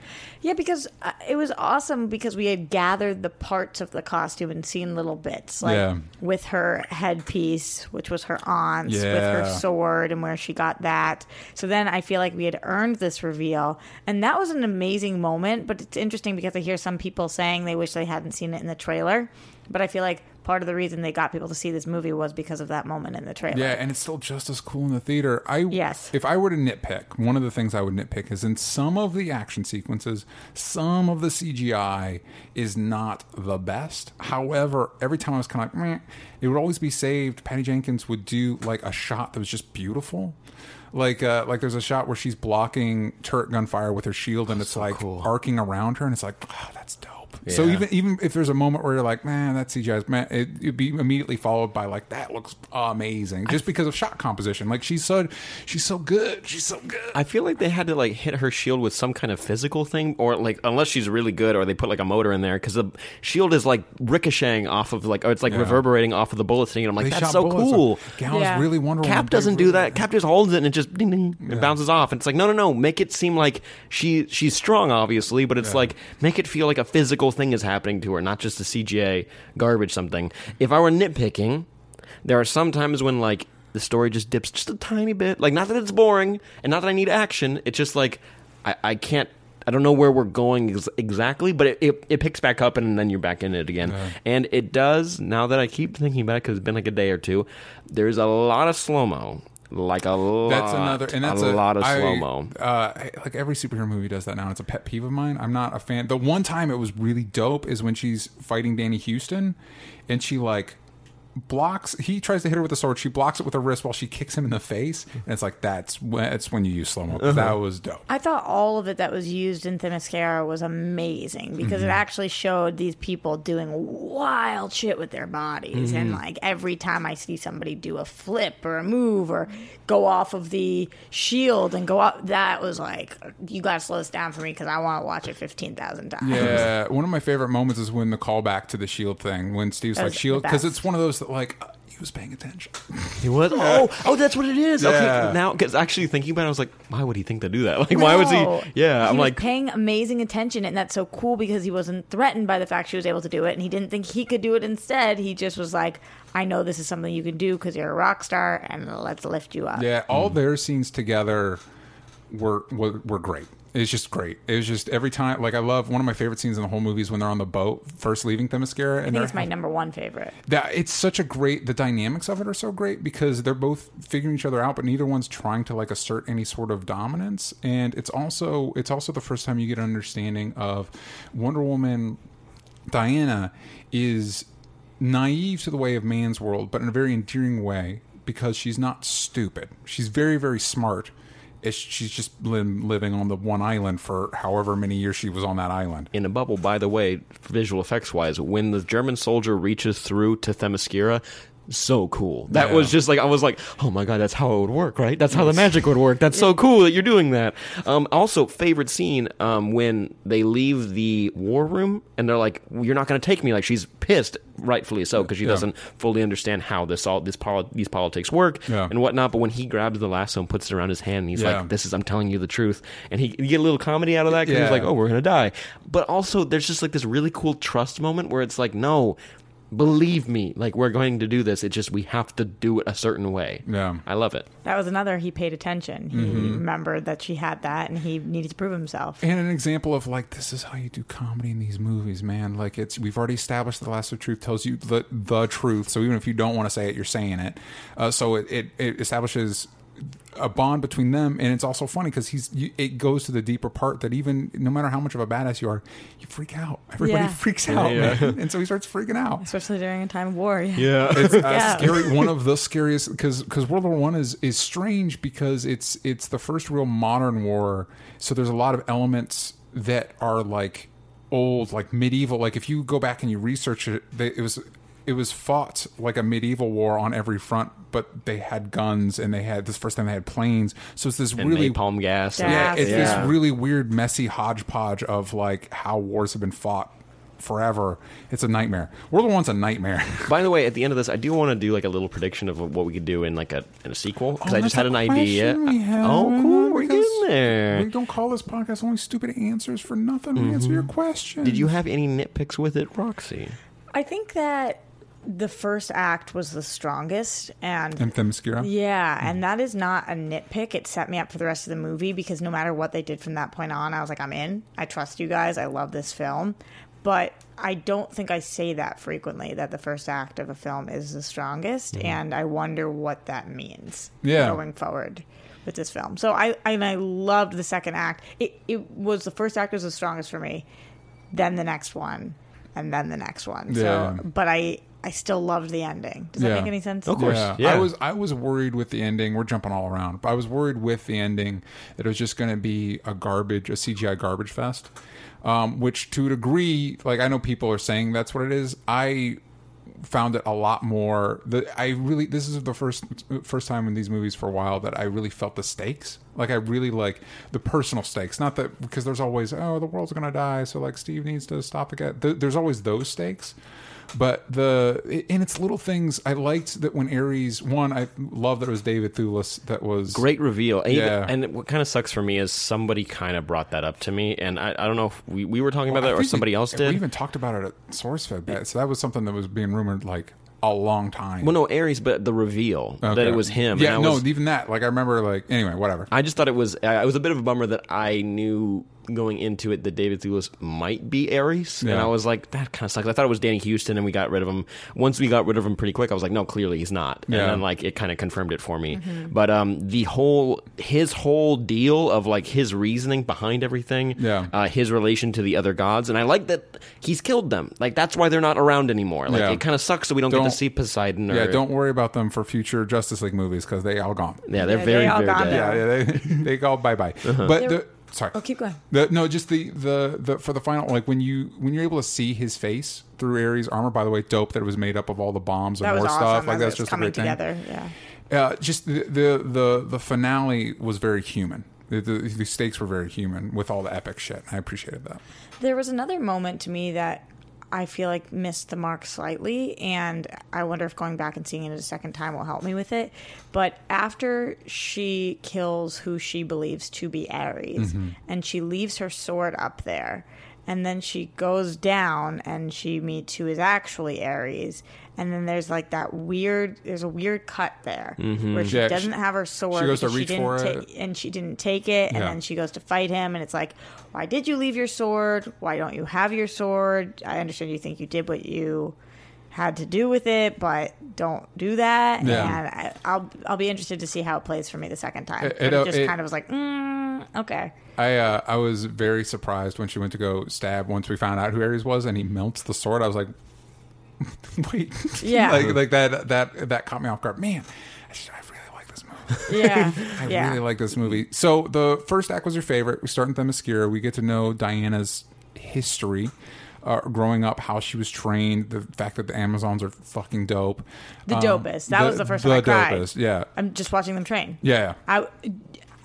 Yeah, because uh, it was awesome because we had gathered the parts of the costume and seen little bits, like Yeah. with her headpiece, which was her aunt's, with her Yeah. sword and where she got that. So then I feel like we had earned this reveal, and that was an amazing moment. But it's interesting because I hear some people saying they wish they hadn't seen it in the trailer, but I feel like part of the reason they got people to see this movie was because of that moment in the trailer. Yeah, and it's still just as cool in the theater. I Yes. If I were to nitpick, one of the things I would nitpick is in some of the action sequences, some of the CGI is not the best. However, every time I was kind of like, Meh, it would always be saved. Patty Jenkins would do like a shot that was just beautiful. Like, uh, like there's a shot where she's blocking turret gunfire with her shield, and it's like arcing around her, and it's like, oh, that's dope. So Yeah. even even if there's a moment where you're like, man, that CGI's man, it, it'd be immediately followed by like, that looks amazing, just because of shot composition. Like she's so she's so good, she's so good. I feel like they had to like hit her shield with some kind of physical thing, or like unless she's really good, or they put like a motor in there because the shield is like ricocheting off of like, or it's like reverberating off of the bullets thing, and I'm like, They that's shot so bullets. cool. Gal Yeah. is really Wonder Woman. Cap They doesn't do really- that. Cap just holds it and it just ding ding it bounces off. And it's like, no, no, no. Make it seem like she she's strong, obviously, but it's like make it feel like a physical thing is happening to her, not just a CGA garbage something. If I were nitpicking, there are some times when like the story just dips just a tiny bit. Like not that it's boring and not that I need action. It's just like I, I can't. I don't know where we're going ex- exactly, but it, it, it picks back up and then you're back in it again. And it does, now that I keep thinking about it, because it's been like a day or two, there's a lot of slow mo. Like a lot. That's another, and that's a, lot of I- slow [LAUGHS] mo. Uh, like every superhero movie does that now. It's a pet peeve of mine. I'm not a fan. The one time it was really dope is when she's fighting Danny Houston, and she like blocks. He tries to hit her with a sword. She blocks it with her wrist while she kicks him in the face, and it's like that's when, that's when you use slow Uh-huh. mo. That was dope. I thought all of it that was used in Themyscira was amazing because it actually showed these people doing wild shit with their bodies. And like every time I see somebody do a flip or a move or go off of the shield and go up, that was like, you got to slow this down for me because I want to watch it 15,000 times. Yeah, one of my favorite moments is when the callback to the shield E thing when Steve's like was shield the because best. it's one of those that like uh, he was paying attention. He was. Oh, oh, that's what it is. Yeah. Okay, now because actually thinking about it, I was like, why would he think to do that? [LAUGHS] Like, why was No. he? Yeah, He I'm was like, paying amazing attention, and that's so cool because he wasn't threatened by the fact she was able to do it, and he didn't think he could do it. Instead, he just was like, "I know this is something you can do because you're a rock star, and let's lift you up." Yeah, all their scenes together were were, were great. It's just great. It was just every time. Like I love one of my favorite scenes in the whole movie is when they're on the boat first leaving Themyscira, and they're I think it's my number one favorite. that it's such a great. The dynamics of it are so great because they're both figuring each other out, but neither one's trying to like assert any sort of dominance. And it's also it's also the first time you get an understanding of Wonder Woman. Diana is naive to the way of man's world, but in a very endearing way because she's not stupid. She's very, very smart. It's, she's just been living on the one island for however many years she was on that island. in a bubble. By the way, visual effects wise, when the German soldier reaches through to Themyscira, so cool. That Yeah. was just like I was like, oh my god, that's how it would work, right? That's how the magic would work. That's so cool that you're doing that. Um, also, favorite scene um, when they leave the war room and they're like, "You're not going to take me." Like she's pissed, rightfully so, because she Yeah. doesn't fully understand how this all this poli- these politics work Yeah. and whatnot. But when he grabs the lasso and puts it around his hand, and he's Yeah. like, "This is I'm telling you the truth," and he you get a little comedy out of that because Yeah. he's like, "Oh, we're gonna die. But also, there's just like this really cool trust moment where it's like, no, believe me, like we're going to do this. It's just we have to do it a certain way. Yeah. I love it. That was another. He paid attention. He Mm-hmm. remembered that she had that, and he needed to prove himself. and an example of like this is how you do comedy in these movies man like it's we've already established the last of truth tells you the the truth so even if you don't want to say it you're saying it uh, so it, it it establishes a bond between them, and it's also funny because he's you, it goes to the deeper part that even no matter how much of a badass you are, you freak out. Everybody Yeah. freaks out, Yeah. man. and so he starts freaking out. especially during a time of war. Yeah. It's uh, Yeah. scary. One of the scariest because because World War One is is strange because it's it's the first real modern war. So there's a lot of elements that are like old, like medieval. Like if you go back and you research it, they, it was it was fought like a medieval war on every front, but they had guns and they had this first time they had planes. So it's this and really napalm gas. and- yeah, Yeah, it's yeah. this really weird, messy hodgepodge of like how wars have been fought forever. It's a nightmare. World War One's a nightmare. [LAUGHS] By the way, at the end of this, I do want to do like a little prediction of what we could do in like a in a sequel because Oh, I just had that's a an idea. question we have, oh, cool, uh, we're because getting there. We don't call this podcast only stupid answers for nothing. We answer your question. Mm-hmm. Did you have any nitpicks with it, Roxy? I think that the first act was the strongest, and And Themyscira. yeah, Mm-hmm. and that is not a nitpick. It set me up for the rest of the movie because no matter what they did from that point on, I was like, I'm in. I trust you guys. I love this film. But I don't think I say that frequently that the first act of a film is the strongest, and I wonder what that means Mm-hmm. Yeah. going forward with this film. So I and I loved the second act. It it was the first act was the strongest for me, then the next one, and then the next one. Yeah. So but I I still loved the ending. Does Yeah. that make any sense? Of course. Yeah. Yeah. I was I was worried with the ending. We're jumping all around, but I was worried with the ending that it was just going to be a garbage, a CGI garbage fest. Um, which, to a degree, like I know people are saying that's what it is. I found it a lot more. The, I really this is the first first time in these movies for a while that I really felt the stakes. Like I really like the personal stakes, not that because there's always oh the world's gonna die, so like Steve needs to stop the guy. Th- there's always those stakes, but the and it's little things. I liked that when Ares one, I love that it was David Thewlis that was Great reveal. And, even- Yeah. and what kind of sucks for me is somebody kind of brought that up to me, and I, I don't know if we, we were talking about I that or think somebody we- else did. We even talked about it at SourceFed, so that was something that was being rumored like a long time. well, no, Aries, but the reveal that Okay. it was him. Yeah, and I no, was, even that. Like I remember, like anyway, whatever. I just thought it was. I it was a bit of a bummer that I knew going into it that David Thewlis might be Ares, and Yeah. I was like, that kind of sucks. I thought it was Danny Houston, and we got rid of him. Once we got rid of him pretty quick, I was like, no, clearly he's not. Yeah. And then like it kind of confirmed it for me. But um, the whole his whole deal of like his reasoning behind everything, Yeah. uh, his relation to the other gods, and I like that he's killed them. Like that's why they're not around anymore. Like Yeah. it kind of sucks that we don't, get Don't- to see Poseidon. Or, Yeah, don't worry about them for future Justice League movies because they all gone. Yeah, they're Yeah, they very all very gone dead. now. yeah, yeah [LAUGHS] they, they go bye bye. But the, sorry, Oh, keep going. The, no, just the, the the for the final like when you when you're able to see his face through Ares' armor. By the way, dope that it was made up of all the bombs and That was war awesome. stuff. Like That that's was just a coming great thing. together. Yeah. Uh, just the, the the the finale was very human. The, the, the stakes were very human with all the epic shit. I appreciated that. There was another moment to me that I feel like missed the mark slightly, and I wonder if going back and seeing it a second time will help me with it. But after she kills who she believes to be Ares, Mm-hmm. and she leaves her sword up there, and then she goes down and she meets who is actually Ares, and then there's like that weird, there's a weird cut there where she Mm-hmm. Yeah, she- doesn't have her sword. goes to because reach didn't for ta- it. and she didn't take it and Yeah. then she goes to fight him and it's like why did you leave your sword why don't you have your sword i understand you think you did what you had to do with it but don't do that Yeah. and I, i'll i'll be interested to see how it plays for me the second time It- But it, it- just it- kind of was like mm, okay I uh, I was very surprised when she went to go stab. Once we found out who Ares was, and he melts the sword, I was like, [LAUGHS] "Wait, Yeah. [LAUGHS] like like that that that caught me off guard." Man, I, just, I really like this movie. yeah [LAUGHS] I yeah really like this movie. So the first act was your favorite. We start in Themyscira. We get to know Diana's history. Uh, growing up, how she was trained, the fact that the Amazons are fucking dope. Um, The dopest. That was the first the time I cried. dopest. Yeah, i'm just watching them train yeah. I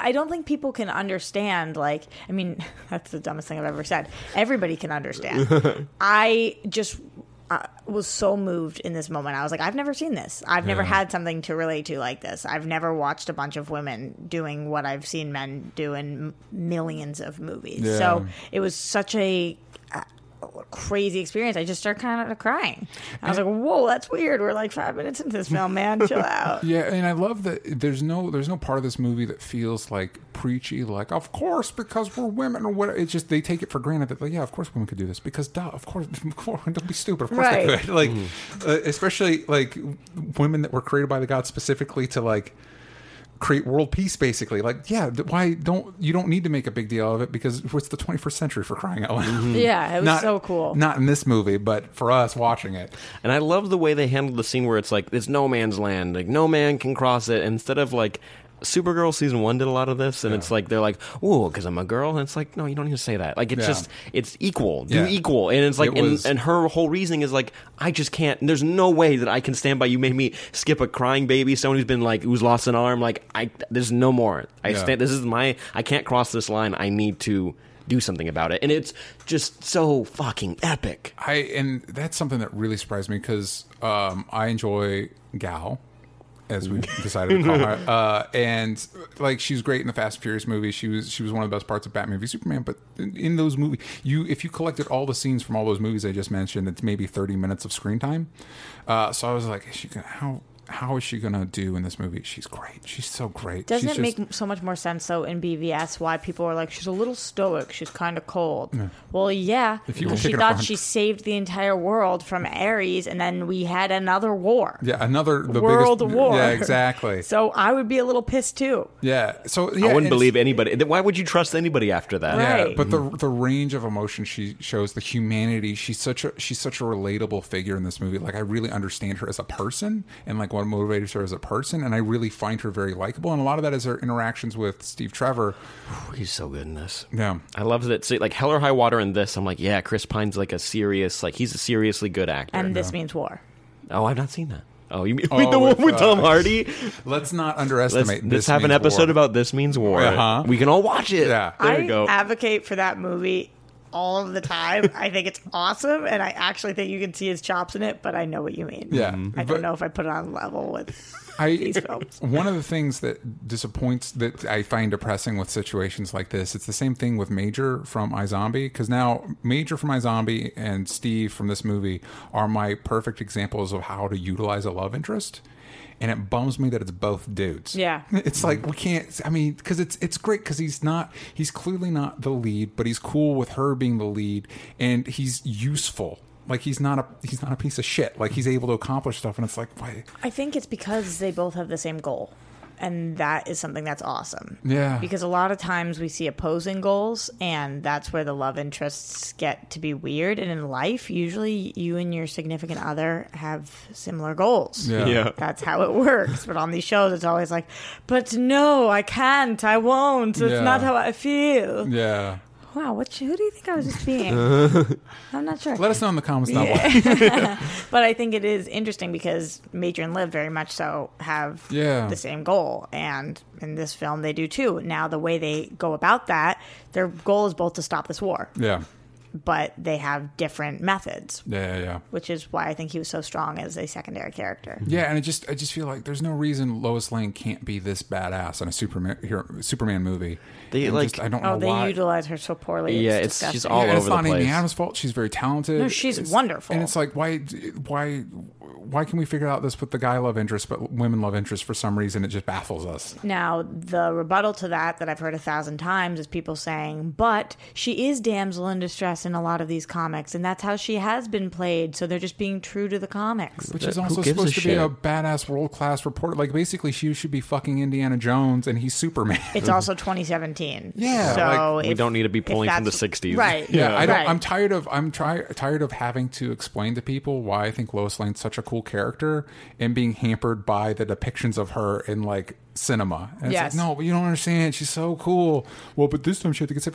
I don't think people can understand like I mean [LAUGHS] that's the dumbest thing I've ever said. Everybody can understand. I just uh, was so moved in this moment. I was like I've never seen this. I've never Yeah. had something to relate to like this. I've never watched a bunch of women doing what I've seen men do in m- millions of movies. So it was such a uh, crazy experience. I just started kind of crying. I was like, "Whoa, that's weird. We're like 5 minutes into this film, man. Chill out." Yeah, and I love that there's no there's no part of this movie that feels like preachy, like of course because we're women or whatever. It's just they take it for granted that like, yeah, of course women could do this because duh, of course, [LAUGHS] of course don't be stupid, of course they Right. could. [LAUGHS] Like, uh, especially like women that were created by the gods specifically to like create world peace basically like yeah th- why don't you don't need to make a big deal of it because it's the 21st century for crying out loud Yeah, it was not, so cool. not in this movie but for us watching it And I love the way they handled the scene where it's like it's no man's land, like no man can cross it. And instead of like Supergirl season one did a lot of this, and it's like they're like, "Ooh, because I'm a girl," and it's like, no, you don't need to say that. Like it's Yeah. just it's equal, Yeah. you equal, and it's like, It and, was- and her whole reasoning is like, I just can't. There's no way that I can stand by you. Made me skip a crying baby, someone who's been like who's lost an arm. Like I, there's no more. I Yeah. stand. This is my. I can't cross this line. I need to do something about it, and it's just so fucking epic. I and that's something that really surprised me because um, I enjoy Gal, [LAUGHS] as we decided to call her, uh, and like she was great in the Fast and Furious movie. She was she was one of the best parts of Batman v Superman. But in, in those movies, you if you collected all the scenes from all those movies I just mentioned, it's maybe thirty minutes of screen time. Uh, so I was like, is she gonna, how how is she gonna do in this movie? She's great. She's so great. Doesn't She's it just- make so much more sense though in BVS why people are like she's a little stoic, she's kind of cold. Well, yeah, you were she picking up thought on- she saved the entire world from Ares, and then we had another war. yeah another the World biggest, War. Yeah, exactly. [LAUGHS] So I would be a little pissed too. Yeah. So yeah, I and wouldn't it's- believe anybody. Then Why would you trust anybody after that? Right. Yeah, but the the range of emotion she shows, the humanity, she's such a she's such a relatable figure in this movie. Like I really understand her as a person and like what motivates her as a person, and I really find her very likable. And a lot of that is her interactions with Steve Trevor. Oh, He's so good in this. Yeah. I love that. See, like Hell or High Water in this, I'm like, yeah, Chris Pine's like a serious, like he's a seriously good actor. And this means war. oh, I've not seen that. Oh, you mean wait, the with, one [LAUGHS] with uh, Tom [LAUGHS] Hardy? Let's not Let's, underestimate. let's this have an means episode war. about this means war. Uh-huh. We can all watch it. Yeah. there I you go. advocate for that movie all of the time. [LAUGHS] I think it's awesome, and I actually think you can see his chops in it. But I know what you mean. Yeah, I don't but- know if I put it on level with I, [LAUGHS] these films. One of the things that disappoints that I find depressing with situations like this, it's the same thing with Major from iZombie, because now Major from iZombie and Steve from this movie are my perfect examples of how to utilize a love interest. And it bums me that it's both dudes. Yeah. [LAUGHS] it's like we can't. I mean, because it's it's great because he's not. He's clearly not the lead, but he's cool with her being the lead, and he's useful. Like he's not a he's not a piece of shit. Like he's able to accomplish stuff, and it's like why I think it's because they both have the same goal. And that is something that's awesome. Yeah. Because a lot of times we see opposing goals, and that's where the love interests get to be weird. And in life, usually you and your significant other have similar goals. Yeah. Yeah. That's how it works. But on these shows, it's always like, but no, I can't. I won't. It's Yeah. not how I feel. yeah. Wow. What, who do you think I was [LAUGHS] just being? I'm not sure. Let us know in the comments now. why. But I think it is interesting because Major and Liv very much so have Yeah. the same goal. And in this film, they do too. Now, the way they go about that, their goal is both to stop this war, Yeah. but they have different methods, Yeah, yeah, yeah. which is why I think he was so strong as a secondary character. Yeah, and I just I just feel like there's no reason Lois Lane can't be this badass in a Superman hero, Superman movie. They, And like- just- I don't know Oh, they why. utilize her so poorly. Yeah, it's, it's- she's disgusting. all Yeah, and it's over the not Amy place. Adams' fault. She's very talented. No, she's It's- wonderful. And it's like why why why can we figure out this with the guy love interest, but women love interest for some reason it just baffles us. Now, the rebuttal to that that I've heard a thousand times is people saying, but she is damsel in distress in a lot of these comics, and that's how she has been played. So they're just being true to the comics. Which That- is who also gives a supposed to be a shit? badass world class reporter. Like basically she should be fucking Indiana Jones and he's [LAUGHS] Superman. It's also 2017. Yeah, so like, we if- don't need to be if pulling from that's- the 60s. Right. Yeah, I don't. Right. I'm tired of I'm try, tired of having to explain to people why I think Lois Lane's such a cool character and being hampered by the depictions of her in like cinema. And Yes. It's like, no, but you don't understand. She's so cool. Well, but this time she had to get sick.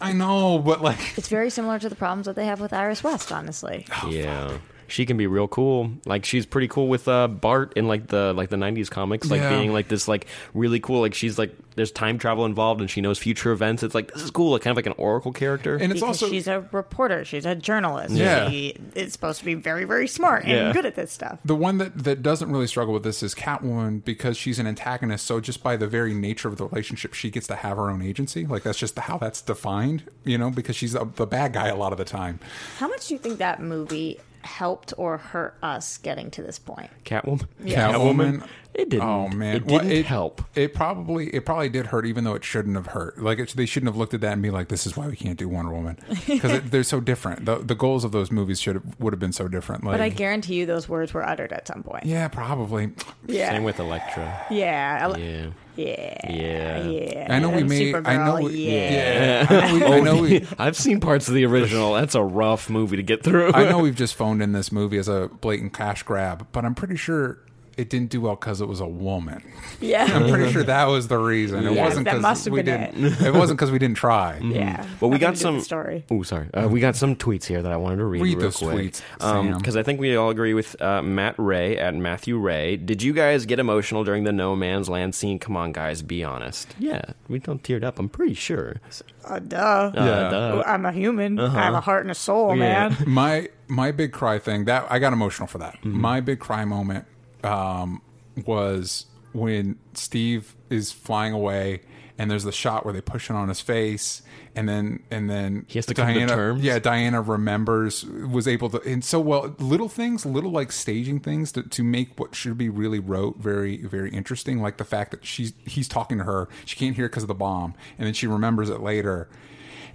I know, but like, [LAUGHS] It's very similar to the problems that they have with Iris West, honestly. Oh, yeah. She can be real cool. Like she's pretty cool with uh, Bart in like the like the '90s comics, like Yeah. being like this like really cool. Like she's like there's time travel involved, and she knows future events. It's like this is cool. Like kind of like an oracle character. and it's because also she's a reporter, she's a journalist. Yeah. She is supposed to be very, very smart and Yeah. good at this stuff. the one that that doesn't really struggle with this is Catwoman because she's an antagonist. So just by the very nature of the relationship, she gets to have her own agency. Like that's just how that's defined, you know, because she's a, the bad guy a lot of the time. How much do you think that movie helped or hurt us getting to this point? Catwoman. Catwoman. It didn't. Oh man, it Well, didn't help. It probably it probably did hurt, even though it shouldn't have hurt. Like it, they shouldn't have looked at that and be like, "This is why we can't do Wonder [LAUGHS] Woman because they're so different." The, the goals of those movies should have, would have been so different. Like, But I Mm. guarantee you those words were uttered at some point. yeah, probably. Yeah. [LAUGHS] Same with Elektra. yeah. Yeah. Yeah. Yeah. Yeah. I know we and made. I know. Supergirl, We, yeah. yeah. I know we- I know we. [LAUGHS] [LAUGHS] I've seen parts of the original. That's a rough movie to get through. [LAUGHS] I know we've just phoned in this movie as a blatant cash grab, but I'm pretty sure it didn't do well because it was a woman. Yeah. I'm pretty sure that was the reason. It Yes, wasn't that because must have we been didn't. It, wasn't because we didn't [LAUGHS] try. yeah. Well, we Nothing got to do some with the story. Oh, sorry. Uh, we got some tweets here that I wanted to read. Read real those quick. tweets, Sam. because I think we all agree with uh, Matt Ray at Matthew Ray. Did you guys get emotional during the No Man's Land scene? Come on, guys, be honest. Yeah, we don't teared up. I'm pretty sure. Uh, duh. Uh, Yeah. duh. I'm a human. I have a heart and a soul, Yeah. man. My my big cry thing that I got emotional for that. Mm-hmm. My big cry moment um, was when Steve is flying away. And there's the shot where they push it on his face, and then and then He has to come to terms? Yeah, Diana remembers was able to, and so well, little things, little like staging things to, to make what should be really rote very very interesting. Like the fact that she's he's talking to her, she can't hear because of the bomb, and then she remembers it later,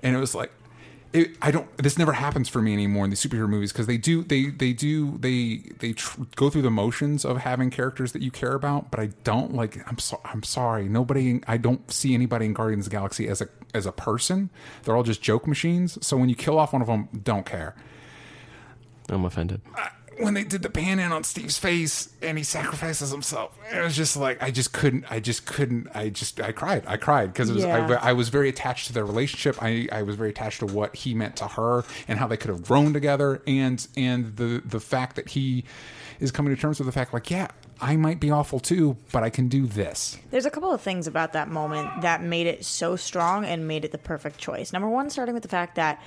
and it was like. It, I don't. This never happens for me anymore in these superhero movies because they do, they, they do, they, they tr- go through the motions of having characters that you care about. But I don't like. I'm so, I'm sorry. Nobody. in- I don't see anybody in Guardians of the Galaxy as a as a person. They're all just joke machines. So when you kill off one of them, don't care. [LAUGHS] I'm offended. Uh, When they did the pan in on Steve's face and he sacrifices himself, it was just like I just couldn't. I just couldn't. I just I cried. I cried because I, Yeah. I was very attached to their relationship. I, I was very attached to what he meant to her and how they could have grown together and and the the fact that he is coming to terms with the fact like yeah I might be awful too but I can do this. There's a couple of things about that moment that made it so strong and made it the perfect choice. Number one, starting with the fact that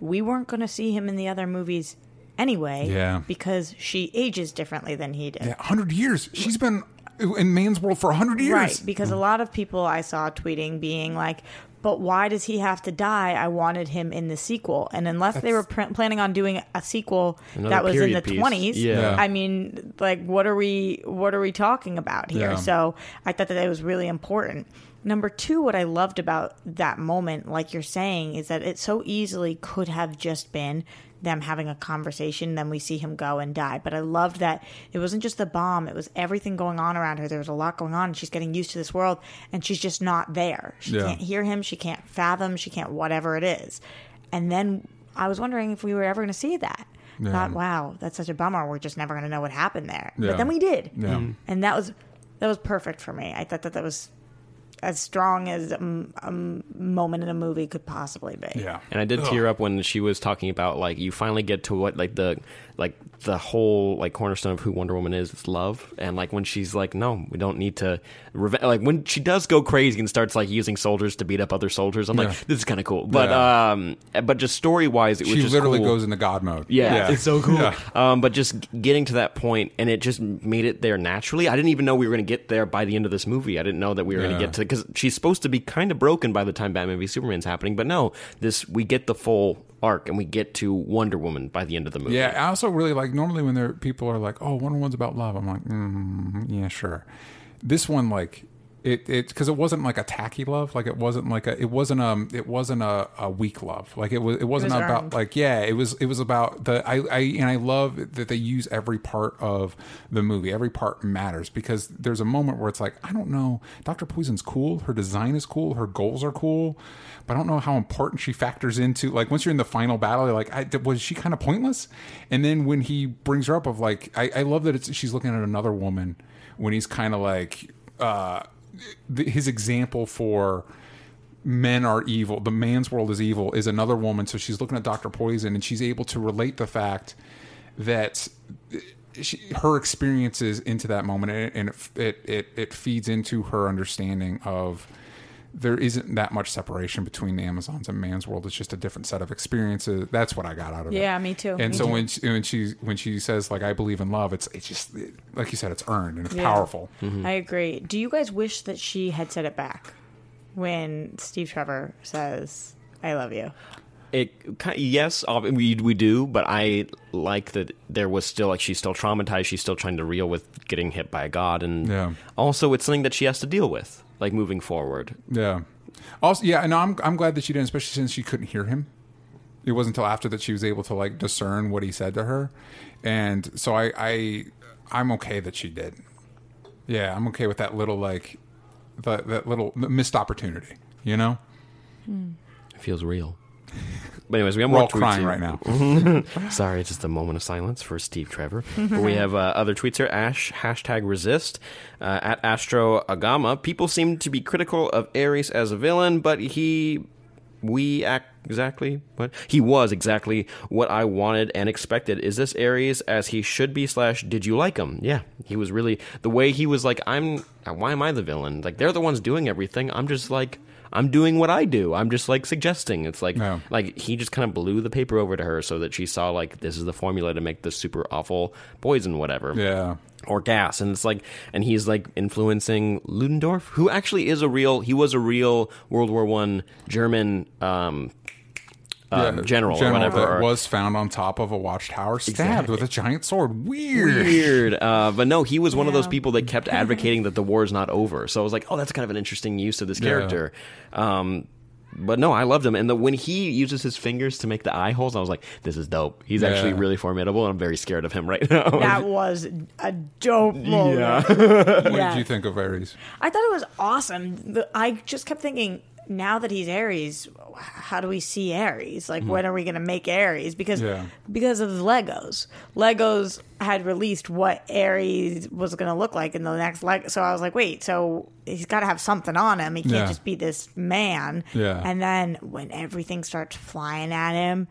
we weren't going to see him in the other movies anyway, Yeah. because she ages differently than he did. Yeah, hundred years. She's been in man's world for hundred years. Right, because Mm. a lot of people I saw tweeting being like, but why does he have to die? I wanted him in the sequel. And unless they were pr- planning on doing a sequel that was in period the piece. 20s, Yeah. I mean, like what are we what are we talking about here? Yeah. So, I thought that it was really important. Number 2, what I loved about that moment, like you're saying, is that it so easily could have just been them having a conversation, then we see him go and die. But I loved that it wasn't just the bomb, it was everything going on around her. There was a lot going on. She's getting used to this world and she's just not there. She Yeah. can't hear him, she can't fathom, she can't whatever it is. And then I was wondering if we were ever going to see that. Thought, wow, that's such a bummer. We're just never going to know what happened there. Yeah. But then we did. Yeah. Mm. Mhm. And that was that was perfect for me. I thought that that was as strong as um, a moment in a movie could possibly be. Yeah. And I did tear up when she was talking about like you finally get to what like the like the whole like cornerstone of who Wonder Woman is is love and like when she's like no we don't need to reve-, like when she does go crazy and starts like using soldiers to beat up other soldiers I'm Yeah. like this is kind of cool but Yeah. um but just story wise it was She just literally cool. goes into God mode. Yeah, it's so cool. Yeah. Um, but just g- getting to that point, and it just made it there naturally. I didn't even know we were going to get there by the end of this movie. I didn't know that we were going Yeah. to get to because she's supposed to be kind of broken by the time Batman v Superman's happening. But no, this we get the full arc, and we get to Wonder Woman by the end of the movie. Yeah, I also really like normally when there people are like, "Oh, Wonder Woman's about love." I'm like, mm, "Yeah, sure." This one, like, it it because it wasn't like a tacky love, like it wasn't like a it wasn't um it wasn't a, a weak love, like it was it wasn't was about earned. like yeah it was it was about the I I and I love that they use every part of the movie, every part matters because there's a moment where it's like I don't know, Doctor Poison's cool, her design is cool, her goals are cool, but I don't know how important she factors into like once you're in the final battle, you're like I, was she kind of pointless? And then when he brings her up of like I, I love that it's she's looking at another woman when he's kind of like uh th- his example for men are evil the man's world is evil is another woman so she's looking at dr poison and she's able to relate the fact that she, her experiences into that moment and, and it, it it it feeds into her understanding of there isn't that much separation between the amazons and man's world it's just a different set of experiences that's what i got out of it Yeah, me too. and Me so too. when she, when she when she says like i believe in love it's it's just like you said it's earned and it's Yeah. powerful I agree. Do you guys wish that she had said it back when Steve Trevor says, I love you? It ki- yes, ob- we we do, but I like that there was still like she's still traumatized. She's still trying to deal with getting hit by a god, and Yeah. also it's something that she has to deal with, like moving forward. Yeah. Also, yeah, and I'm I'm glad that she didn't, especially since she couldn't hear him. It wasn't until after that she was able to like discern what he said to her, and so I I I'm okay that she did. Yeah, I'm okay with that little like the, that little missed opportunity. You know, It feels real. [LAUGHS] But anyways, we got we're more all tweets crying here. right now. [LAUGHS] Sorry, just a moment of silence for Steve Trevor. But we have uh, other tweets here. Ash, hashtag resist. Uh, at Astro Agama, people seem to be critical of Ares as a villain, but he. We act exactly what he was exactly what I wanted and expected. Is this Ares as he should be? Slash, did you like him? Yeah, he was really the way he was like. I'm. Why am I the villain? Like they're the ones doing everything. I'm just like I'm doing what I do. I'm just like suggesting. It's like Yeah. like he just kind of blew the paper over to her so that she saw like this is the formula to make this super awful poison whatever Yeah, or gas and it's like and he's like influencing ludendorff who actually is a real he was a real world war one german [LAUGHS] um, um Yeah, general, or whatever that or- was found on top of a watchtower, stabbed with a giant sword. Weird. weird. Uh, but no, he was one of those people that kept advocating that the war is not over. So I was like, oh, that's kind of an interesting use of this character. Um, but no, I loved him. And the, when he uses his fingers to make the eye holes, I was like, this is dope. He's actually Yeah. really formidable, and I'm very scared of him right [LAUGHS] now. Oh, That was a dope moment. What Yeah. did you think of Ares? I thought it was awesome. The- I just kept thinking, now that he's Aries, how do we see Aries? Like, when are we going to make Aries? Because Mm-hmm. Yeah. because of Legos, Legos had released what Aries was going to look like in the next Lego. So I was like, wait, so he's got to have something on him. He can't Yeah. just be this man. Yeah. And then when everything starts flying at him,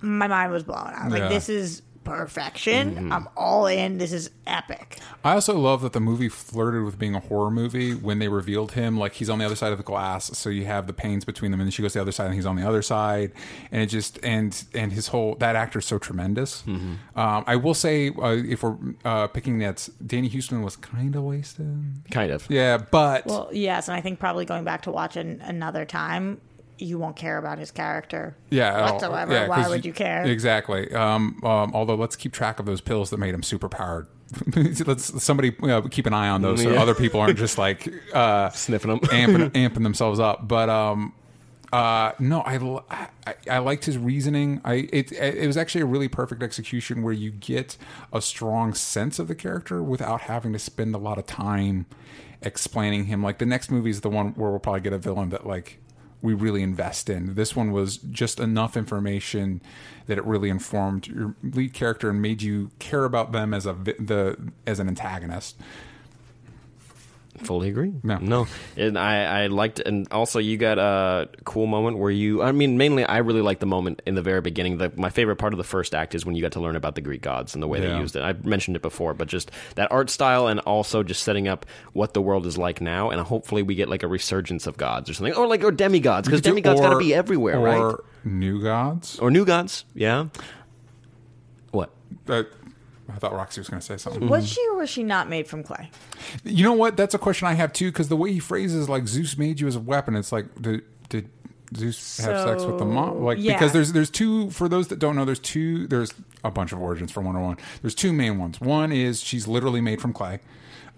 my mind was blown. I was Yeah. Mm-hmm. like, this is perfection. I'm all in. This is epic. I also love that the movie flirted with being a horror movie when they revealed him. Like he's on the other side of the glass, so you have the panes between them, and then she goes to the other side, and he's on the other side, and it just and and his whole that actor's so tremendous. Um, I will say, uh, if we're uh, picking nets, Danny Houston was kind of wasted. kind of. Yeah, but Well, yes, and I think probably going back to watch an, another time, you won't care about his character. yeah, at all. whatsoever. Yeah, Why 'cause would you care? Exactly. Um, um, although let's keep track of those pills that made him super powered. [LAUGHS] let's somebody you know, keep an eye on those so Yeah. other people aren't just like uh, Sniffing him. [LAUGHS] amping, amping themselves up. But um, uh, no, I, l- I- I- I liked his reasoning. I it it was actually a really perfect execution where you get a strong sense of the character without having to spend a lot of time explaining him. Like the next movie is the one where we'll probably get a villain that like we really invest in. This one was just enough information that it really informed your lead character and made you care about them as a vi- the as an antagonist. Fully agree. No. and I I liked, and also you got a cool moment where you. I mean, mainly I really like the moment in the very beginning. The, my favorite part of the first act is when you got to learn about the Greek gods and the way Yeah. they used it. I mentioned it before, but just that art style and also just setting up what the world is like now, and hopefully we get like a resurgence of gods or something, or like or demigods because demigods got to Or- be everywhere, or right? New gods. Or new gods, yeah. What? Uh, I thought Roxy was going to say something. Was she or was she not made from clay? You know what? That's a question I have too, because the way he phrases like Zeus made you as a weapon, it's like did did Zeus have sex with the mom? So, Like yeah. because there's there's two for those that don't know, there's two there's a bunch of origins for 101. There's two main ones. One is she's literally made from clay.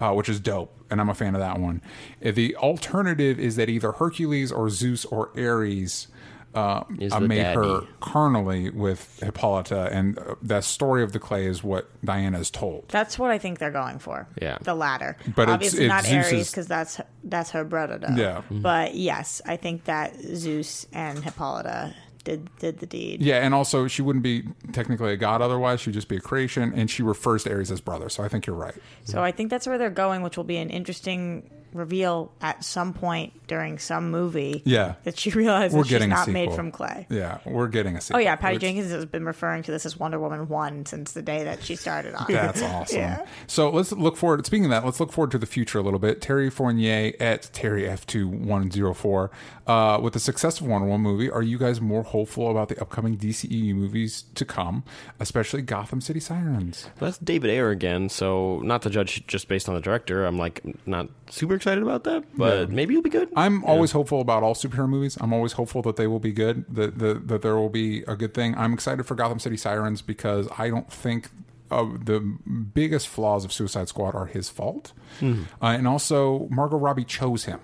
Uh, which is dope, and I'm a fan of that one. Uh, The alternative is that either Hercules or Zeus or Ares uh, Is uh, the made her daddy. carnally with Hippolyta, and uh, the story of the clay is what Diana is told. That's what I think they're going for. Yeah. the latter. But it's- obviously it's not Zeus's- Ares because that's that's her brother. Yeah. Mhm. but yes, I think that Zeus and Hippolyta did did the deed. Yeah, and also she wouldn't be technically a god otherwise; she'd just be a creation. And she refers to Ares as brother, so I think you're right. So I think that's where they're going, which will be an interesting reveal at some point during some movie. Yeah. that she [LAUGHS] realizes We're she's getting a not made sequel. from clay. Yeah, we're getting a Oh sequel. yeah, Patty which- Jenkins has been referring to this as Wonder Woman one since the day that she started on. it. [LAUGHS] [LAUGHS] That's awesome. Yeah. So let's look forward. Speaking of that, let's look forward to the future a little bit. Terry Fournier at Terry F two one zero four. Uh, with the success of Wonder Woman movie, are you guys more hopeful about the upcoming DCEU movies to come, especially Gotham City Sirens? That's David Ayer again, so not to judge just based on the director. I'm like not super excited about that, but maybe it'll be good. I'm always hopeful about all superhero movies. I'm always hopeful that they will be good, that, that that there will be a good thing. I'm excited for Gotham City Sirens because I don't think uh, the biggest flaws of Suicide Squad are his fault, uh, and also Margot Robbie chose him.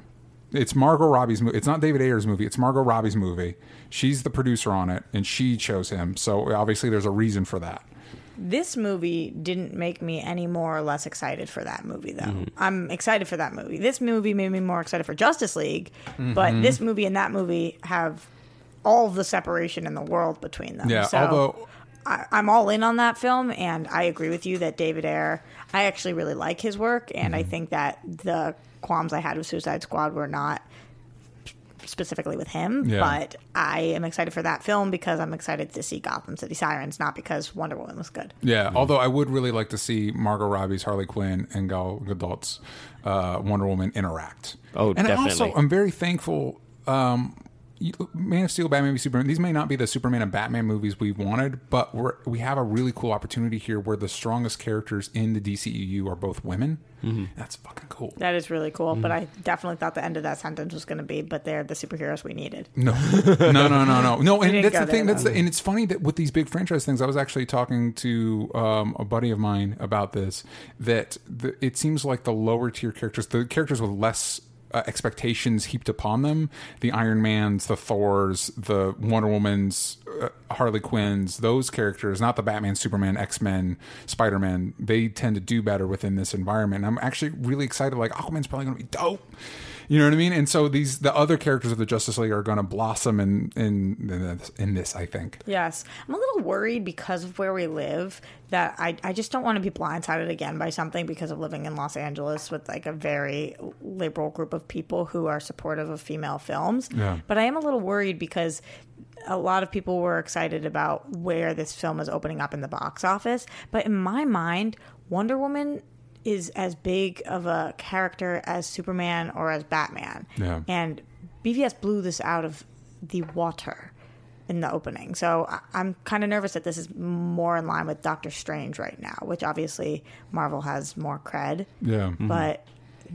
It's Margot Robbie's movie. It's not David Ayer's movie. It's Margot Robbie's movie. She's the producer on it, and she chose him. So obviously, there's a reason for that. This movie didn't make me any more or less excited for that movie, though. Mm-hmm. I'm excited for that movie. This movie made me more excited for Justice League, Mm-hmm. but this movie and that movie have all the separation in the world between them. Yeah, So although- I, I'm all in on that film, and I agree with you that David Ayer. I actually really like his work, and Mm-hmm. I think that the qualms I had with Suicide Squad were not specifically with him, Yeah. but I am excited for that film because I'm excited to see Gotham City Sirens, not because Wonder Woman was good. Yeah, although I would really like to see Margot Robbie's Harley Quinn and Gal Gadot's uh, Wonder Woman interact. Oh, and I also, definitely. I'm very thankful. Um, you- Man of Steel, Batman v Superman. These may not be the Superman and Batman movies we wanted, but we're, we have a really cool opportunity here where the strongest characters in the DCEU are both women. Mm-hmm. That's fucking cool. That is really cool, but I definitely thought the end of that sentence was going to be, but they're the superheroes we needed. No, [LAUGHS] no, no, no, no, no. And didn't that's go the there, thing. That's though. the, and it's funny that with these big franchise things, I was actually talking to um, a buddy of mine about this. That the, it seems like the lower tier characters, the characters with less. Uh, expectations heaped upon them the iron mans the thors the wonder womans uh, harley quinns those characters not the batman superman x-men spider-man they tend to do better within this environment and i'm actually really excited like aquaman's probably going to be dope you know what I mean? And so these the other characters of the Justice League are going to blossom in in in this, in this, I think. Yes. I'm a little worried because of where we live that I, I just don't want to be blindsided again by something because of living in Los Angeles with like a very liberal group of people who are supportive of female films. Yeah. But I am a little worried because a lot of people were excited about where this film is opening up in the box office. But in my mind, Wonder Woman is as big of a character as Superman or as Batman. Yeah. And BVS blew this out of the water in the opening. So I- I'm kind of nervous that this is more in line with Doctor Strange right now, which obviously Marvel has more cred. Yeah, Mm-hmm. But,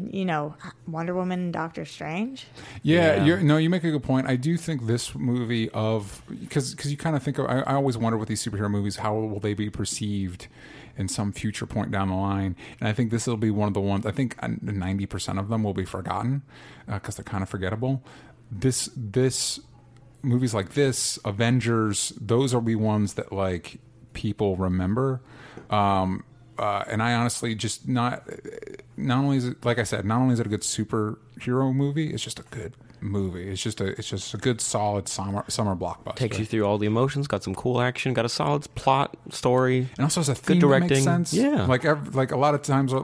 you know, Wonder Woman, Doctor Strange. yeah. Yeah. You're, no, you make a good point. I do think this movie of because because you kind of think of, I, I always wonder with these superhero movies how will they be perceived in some future point down the line, and I think this will be one of the ones. I think uh, ninety percent of them will be forgotten because they're kind of forgettable. This this movies like this, Avengers, those will be ones that like people remember. Um, uh, and I honestly just not not only is it like I said, not only is it a good superhero movie, it's just a good movie. It's just a it's just a good solid summer summer blockbuster. Takes you through all the emotions. Got some cool action. Got a solid plot story. and also it's a theme that makes directing. sense. Yeah. like ev- like a lot of times uh,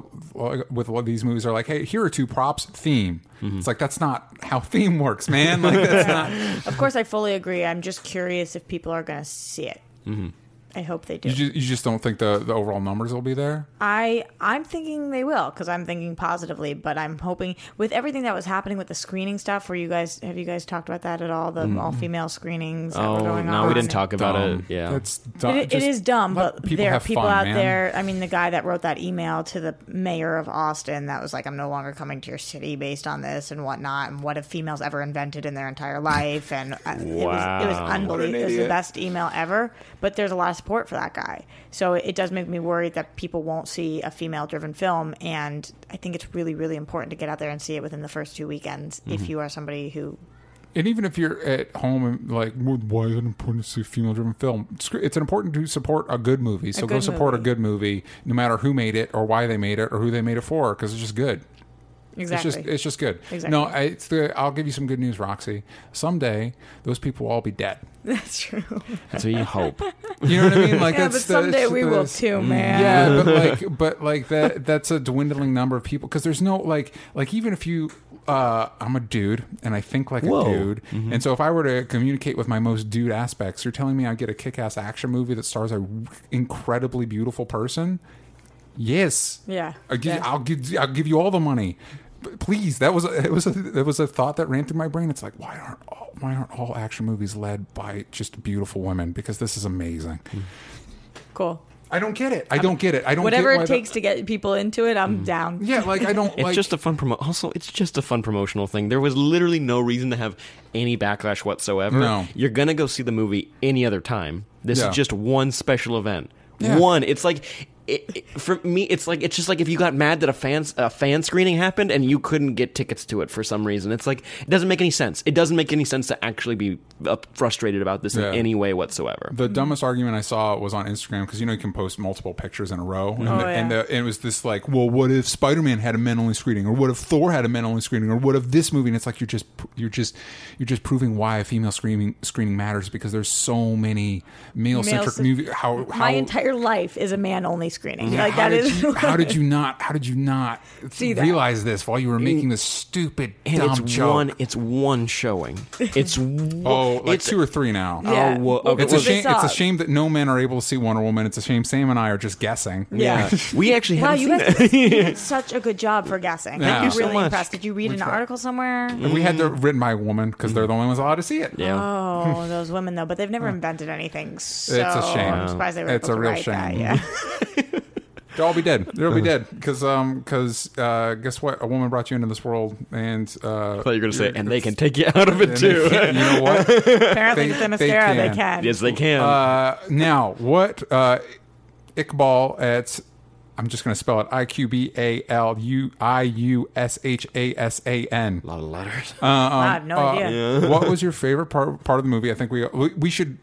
with a lot of these movies are like, hey, here are two props, theme. Mm-hmm. It's like that's not how theme works, man. [LAUGHS] Like that's not. Of course, I fully agree. I'm just curious if people are going to see it. Mm-hmm. I hope they do. You just, you just don't think the the overall numbers will be there. I I'm thinking they will because I'm thinking positively, but I'm hoping with everything that was happening with the screening stuff. Were you guys have you guys talked about that at all? The all female screenings that were Mm-hmm. Oh going no, on. we didn't talk about Dumb. it. Yeah, that's dumb. It, it Just is dumb, let but there are have people fun, out man. there. I mean, the guy that wrote that email to the mayor of Austin that was like, "I'm no longer coming to your city based on this and whatnot, and what have females ever invented in their entire life?" And uh, it was it Wow. was unbelievable. It was the best email ever. But there's a lot of support for that guy, so it, it does make me worried that people won't see a female-driven film. And I think it's really, really important to get out there and see it within the first two weekends Mm-hmm. if you are somebody who And even if you're at home and like, well, why is it important to see a female driven film? It's, gr- it's important to support a good movie. So go good support a movie. good movie, no matter who made it or why they made it or who they made it for, because it's just good. exactly. It's just it's just good. Exactly. No, I, it's the, I'll give you some good news, Roxy. Someday those people will all be dead. That's true. that's what you hope. You know what I mean? Like yeah, that's but the- someday it's we the- will too, man. Yeah, but like, but like that. That's a dwindling number of people because there's no like, like even if you, uh, I'm a dude and I think like Whoa. a dude, and so if I were to communicate with my most dude aspects, you're telling me I get a kick-ass action movie that stars a incredibly beautiful person. Yes. Yeah. I'll give, Yeah. I'll give, I'll give you all the money. B- Please, that was a, it was a, that was a thought that ran through my brain. It's like why aren't all, why aren't all action movies led by just beautiful women? Because this is amazing. Cool. I don't get it. I don't get it. I don't. whatever get why it the- takes to get people into it, Mm. I'm down. yeah, like I [LAUGHS] don't. It's like, just a fun promo. Also, it's just a fun promotional thing. There was literally no reason to have any backlash whatsoever. No. You're gonna go see the movie any other time. This Yeah. is just one special event. Yeah. One. It's like it, it- for me, it's like it's just like if you got mad that a fan a fan screening happened and you couldn't get tickets to it for some reason. It's like it doesn't make any sense. It doesn't make any sense to actually be uh, frustrated about this Yeah. in any way whatsoever. The dumbest argument I saw was on Instagram because you know you can post multiple pictures in a row, and, the- Oh, yeah. and, the, and it was this like, well, what if Spider Man had a men only screening, or what if Thor had a men only screening, or what if this movie? And it's like you're just you're just you're just proving why a female screening screening matters because there's so many male centric Male-cent- movies. How how My entire life is a man only screening. yeah, like how that did is you, how did you not how did you not See that. realize this while you were making this stupid and dumb it's joke? one it's one showing. [LAUGHS] It's Oh, oh, like two or three now. [LAUGHS] Yeah. Oh, well, okay. It's a Well, shame. they It's a suck. shame that no men are able to see Wonder Woman. It's a shame Sam and I are just guessing. [LAUGHS] Yeah. we actually Wow, haven't you seen guys it. [LAUGHS] did- you did such a good job for guessing. Thank I'm you so really much. Mm-hmm. impressed. Did you read an article somewhere? And we had to written by a woman because they're the only ones allowed to see it. Mm. Yeah. [LAUGHS] Oh, those women though, but they've never invented anything. So shame. I'm surprised they were It's able a to real write That. shame. [LAUGHS] Yeah. [LAUGHS] They'll all be dead. They'll be [LAUGHS] dead because um because uh guess what? A woman brought you into this world, and uh, I thought you were [LAUGHS] going to say, and they can take you out of it too. you know [LAUGHS] what? Apparently, They- with the they mascara, they can. can. yes, they can. uh, now what? Uh, Iqbal at I'm just going to spell it I Q B A L U I U S H A S A N. a lot of letters. Wow, I have no Uh, idea. what was your favorite part part of the movie? I think we we we should.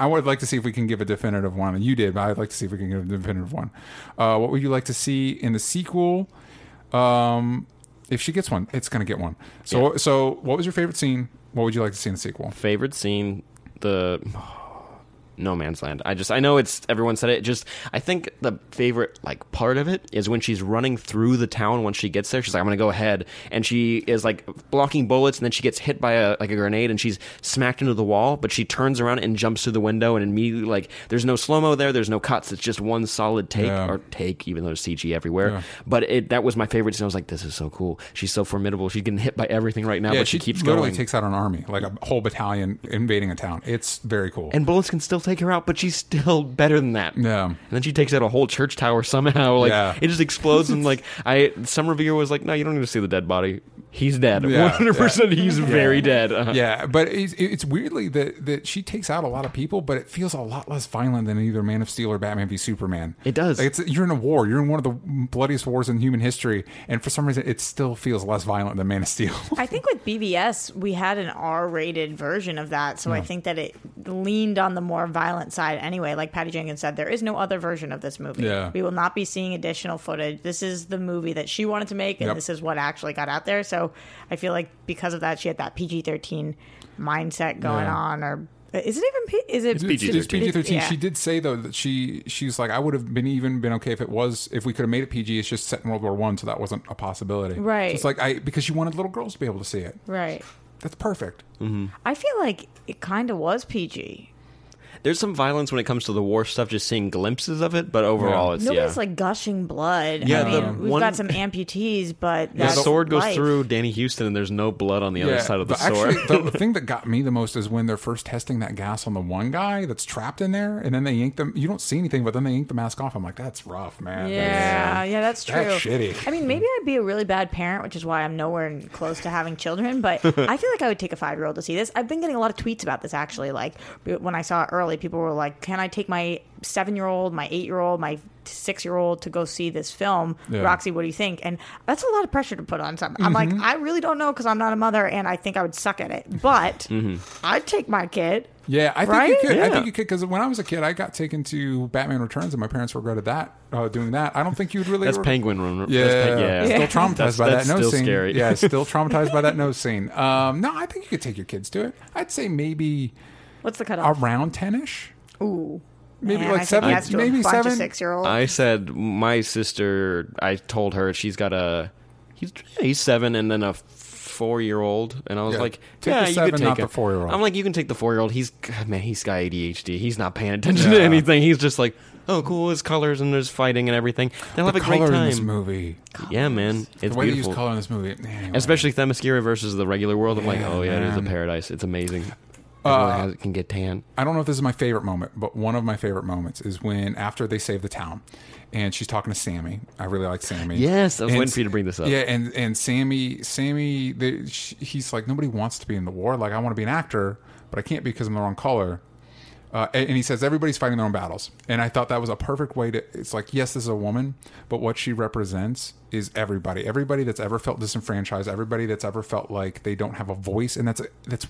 I would like to see if we can give a definitive one. You did, but I'd like to see if we can give a definitive one. Uh, what would you like to see in the sequel? Um, if she gets one, it's gonna get one. So, so what was your favorite scene? What would you like to see in the sequel? favorite scene the no man's land i just i know it's everyone said it just i think the favorite like part of it is when she's running through the town when she gets there she's like i'm gonna go ahead and she is like blocking bullets and then she gets hit by a like a grenade and she's smacked into the wall but she turns around and jumps through the window and immediately like there's no slow-mo there there's no cuts it's just one solid take Yeah. or take even though there's cg everywhere Yeah. but it that was my favorite scene i was like this is so cool she's so formidable she's getting hit by everything right now but she, keeps literally going takes out an army, like a whole battalion invading a town. It's very cool. and bullets can still take her out, but she's still better than that. Yeah. And then she takes out a whole church tower somehow. Like Yeah. it just explodes [LAUGHS] and like I some reviewer was like, No, you don't need to see the dead body. He's dead. One Yeah, hundred percent he's very dead. Uh-huh. yeah, but it's, it's weirdly that that she takes out a lot of people, but it feels a lot less violent than either Man of Steel or Batman v Superman. It does. Like, it's, you're in a war. You're in one of the bloodiest wars in human history, and for some reason, it still feels less violent than Man of Steel. [LAUGHS] I think with BVS, we had an R rated version of that. So I think that it leaned on the more violent side anyway. Like Patty Jenkins said, there is no other version of this movie. Yeah. We will not be seeing additional footage. This is the movie that she wanted to make, and Yep. this is what actually got out there. So I feel like because of that, she had that PG 13 mindset going Yeah. on. Or is it even P? Is it It's PG thirteen. Yeah. She did say though that she she's like I would have been even been okay if it was if we could have made it PG. It's just set in World War One, so that wasn't a possibility. Right. So it's like I because she wanted little girls to be able to see it. Right. That's perfect. I feel like it kind of was PG. There's some violence when it comes to the war stuff, just seeing glimpses of it, but overall Yeah. it's Nobody's yeah. like gushing blood. Yeah, I the mean, we've one- got some amputees, but the that's sword goes life. through Danny Houston and there's no blood on the other side of the but sword. [LAUGHS] Actually, the thing that got me the most is when they're first testing that gas on the one guy that's trapped in there, and then they yank them. You don't see anything, but then they yank the mask off. I'm like, that's rough, man. Yeah, yeah, that's true. That's shitty. I mean, maybe I'd be a really bad parent, which is why I'm nowhere n- close to having children. [LAUGHS] But I feel like I would take a five year old to see this. I've been getting a lot of tweets about this actually. Like b- when I saw it early, people were like, "Can I take my seven year old, my eight year old, my six year old to go see this film?" Yeah. Roxy, what do you think? And that's a lot of pressure to put on something. I'm Mm-hmm. like, I really don't know because I'm not a mother, and I think I would suck at it. But I'd take my kid. Yeah, I think you Right? could. I Yeah. think you could because when I was a kid, I got taken to Batman Returns, and my parents regretted that uh, doing that. I don't think you'd really. That's re- Penguin Room. That's Yeah, Pen- yeah. still traumatized That's- by that's that nose still scene. scary. [LAUGHS] Yeah, still traumatized by that nose scene. Um, no, I think you could take your kids to it. I'd say maybe What's the cutoff? around ten ish, Ooh. maybe Man, like I said seven, yes to a maybe bunch of seven. six-year-olds. I said my sister. I told her she's got a he's he's seven and then a four year old, and I was Yeah. like, Take yeah, the you seven, could take not the him. four-year-old. I'm like, you can take the four year old. He's God, man, he's got ADHD. He's not paying attention Yeah. to anything. He's just like, oh, cool. There's colors and there's fighting and everything. They'll have the a great color time. in this movie. Yeah, man, it's the way beautiful. they use color in this movie, anyway. Especially Themyscira versus the regular world. I'm like, Yeah, oh yeah, it is a man. Uh, paradise. It's amazing. Everyone has, can get tan. I don't know if this is my favorite moment, but one of my favorite moments is when after they save the town, and she's talking to Sammy. I really like Sammy. Yes, I was And- waiting for you to bring this up. Yeah, and and Sammy, Sammy, they, sh he's like nobody wants to be in the war. Like I want to be an actor, but I can't because I'm the wrong color. Uh, and, and he says everybody's fighting their own battles, and I thought that was a perfect way to. It's like yes, this is a woman, but what she represents is everybody. Everybody that's ever felt disenfranchised. Everybody that's ever felt like they don't have a voice, and that's that's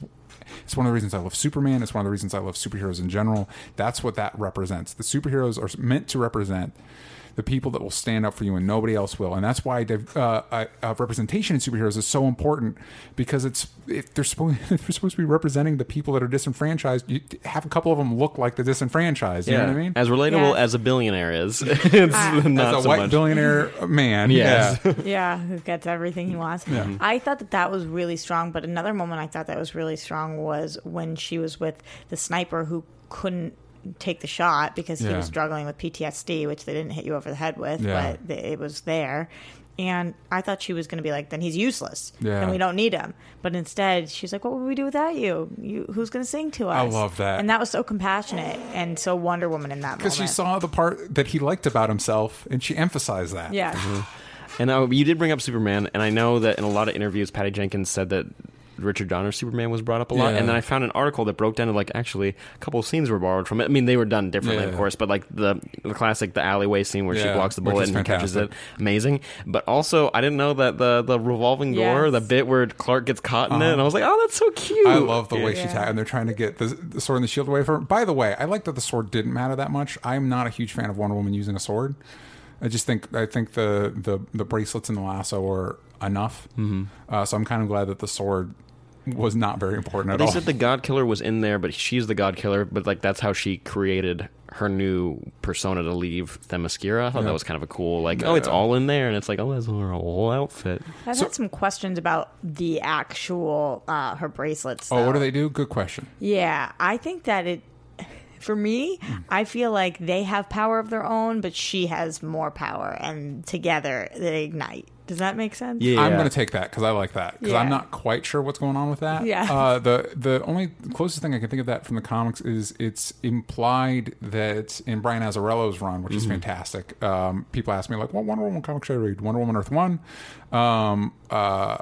it's one of the reasons I love Superman. It's one of the reasons I love superheroes in general. That's what that represents. The superheroes are meant to represent the people that will stand up for you and nobody else will. And that's why div- uh, uh, uh, representation in superheroes is so important because it's it, they're [LAUGHS] supposed they're supposed to be representing the people that are disenfranchised. You have a couple of them look like the disenfranchised. You know what I mean? As relatable Yeah. as a billionaire is. [LAUGHS] it's not As a so white much. billionaire man, Yes. [LAUGHS] yeah, yeah, who gets everything he wants. Mm-hmm. I thought that that was really strong, but another moment I thought that was really strong was when she was with the sniper who couldn't take the shot because he Yeah. was struggling with PTSD, which they didn't hit you over the head with, Yeah. but th- it was there. And I thought she was going to be like, then he's useless, Yeah. and we don't need him. But instead, she's like, "What would we do without you? You, who's going to sing to us?" I love that. and that was so compassionate and so Wonder Woman in that moment. because she saw the part that he liked about himself and she emphasized that. yeah, And uh, you did bring up Superman, and I know that in a lot of interviews, Patty Jenkins said that Richard Donner's Superman was brought up a lot. Yeah. And then I found an article that broke down to like actually a couple of scenes were borrowed from it. I mean, they were done differently, of Yeah. course, but like the the classic the alleyway scene where she Yeah, blocks the which bullet is and catches it, fantastic. amazing. But also, I didn't know that the the revolving door, Yes. the bit where Clark gets caught in it, and I was like, oh, that's so cute. Uh-huh. I love the way she Yeah. ta- and they're trying to get the, the sword and the shield away from her. By the way, I like that the sword didn't matter that much. I'm not a huge fan of Wonder Woman using a sword. I just think I think the the, the bracelets and the lasso are enough. Mm-hmm. Uh, so I'm kind of glad that the sword was not very important at They all. said the God Killer was in there, but she's the God Killer. But like that's how she created her new persona to leave Themyscira. I thought that was kind of a cool, like, oh, it's all in there, and it's like, oh, that's her whole outfit. I've had some questions about the actual uh, her bracelets. oh, what do though. they do? Good question. Yeah, I think that it. [LAUGHS] For me, I feel like they have power of their own, but she has more power, and together they ignite. Does that make sense? I'm going to take that because I like that because I'm Yeah. not quite sure what's going on with that. Yeah. Uh, the the only closest thing I can think of that from the comics is it's implied that in Brian Azzarello's run, which Mm-hmm. is fantastic. Um, people ask me like, "What Wonder Woman comic should I read? Wonder Woman Earth One." Um, uh,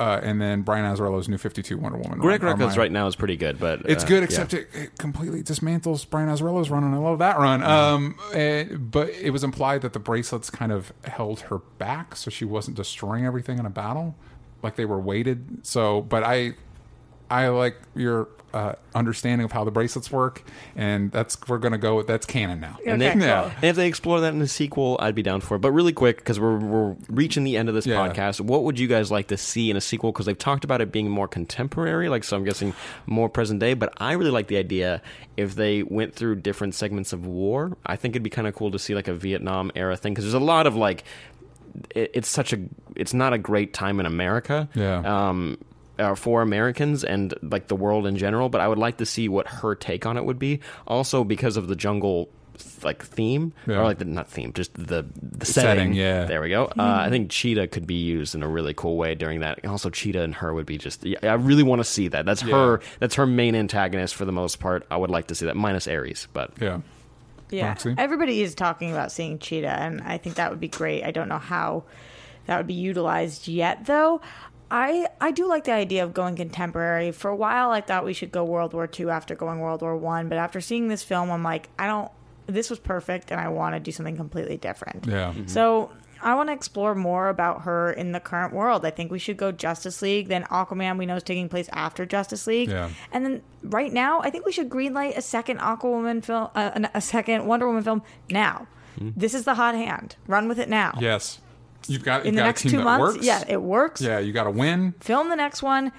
uh, and then Brian Azzarello's New Fifty Two Wonder Woman. Greg run are Rucka's mine. right now is pretty good, but It's uh, good, yeah. except it, it completely dismantles Brian Azzarello's run, and I love that Mm-hmm. run. Um, and- but it was implied that the bracelets kind of held her back, so she wasn't destroying everything in a battle, like they were weighted. So, but I, I like your uh, understanding of how the bracelets work, and that's we're gonna go with that's canon now. And, Okay, they, Yeah. and if they explore that in a sequel, I'd be down for it. But really quick, because we're, we're reaching the end of this Yeah. podcast, what would you guys like to see in a sequel? Because they've talked about it being more contemporary, like so I'm guessing more present day. But I really like the idea if they went through different segments of war. I think it'd be kind of cool to see like a Vietnam era thing because there's a lot of like it, it's such a it's not a great time in America. Yeah. Um, uh, for Americans and like the world in general, but I would like to see what her take on it would be. Also, because of the jungle like theme Yeah. or like the not theme, just the the setting. setting, yeah. there we go. Uh, I think Cheetah could be used in a really cool way during that. And Also, Cheetah and her would be just. Yeah, I really want to see that. That's her. That's her main antagonist for the most part. I would like to see that minus Ares, but Yeah, Yeah. Roxy? Everybody is talking about seeing Cheetah, and I think that would be great. I don't know how that would be utilized yet, though. I, I do like the idea of going contemporary. For a while, I thought we should go World War II after going World War One, but after seeing this film, I'm like, I don't. This was perfect, and I want to do something completely different. yeah. Mm-hmm. So I want to explore more about her in the current world. I think we should go Justice League, then Aquaman. We know is taking place after Justice League, Yeah. and then right now, I think we should greenlight a second Aquaman film, uh, an- a second Wonder Woman film now. Hmm. This is the hot hand. Run with it now. Yes, you've got you've In the got next a team two that months, works. yeah, it works. yeah. You got to win. Film the next one.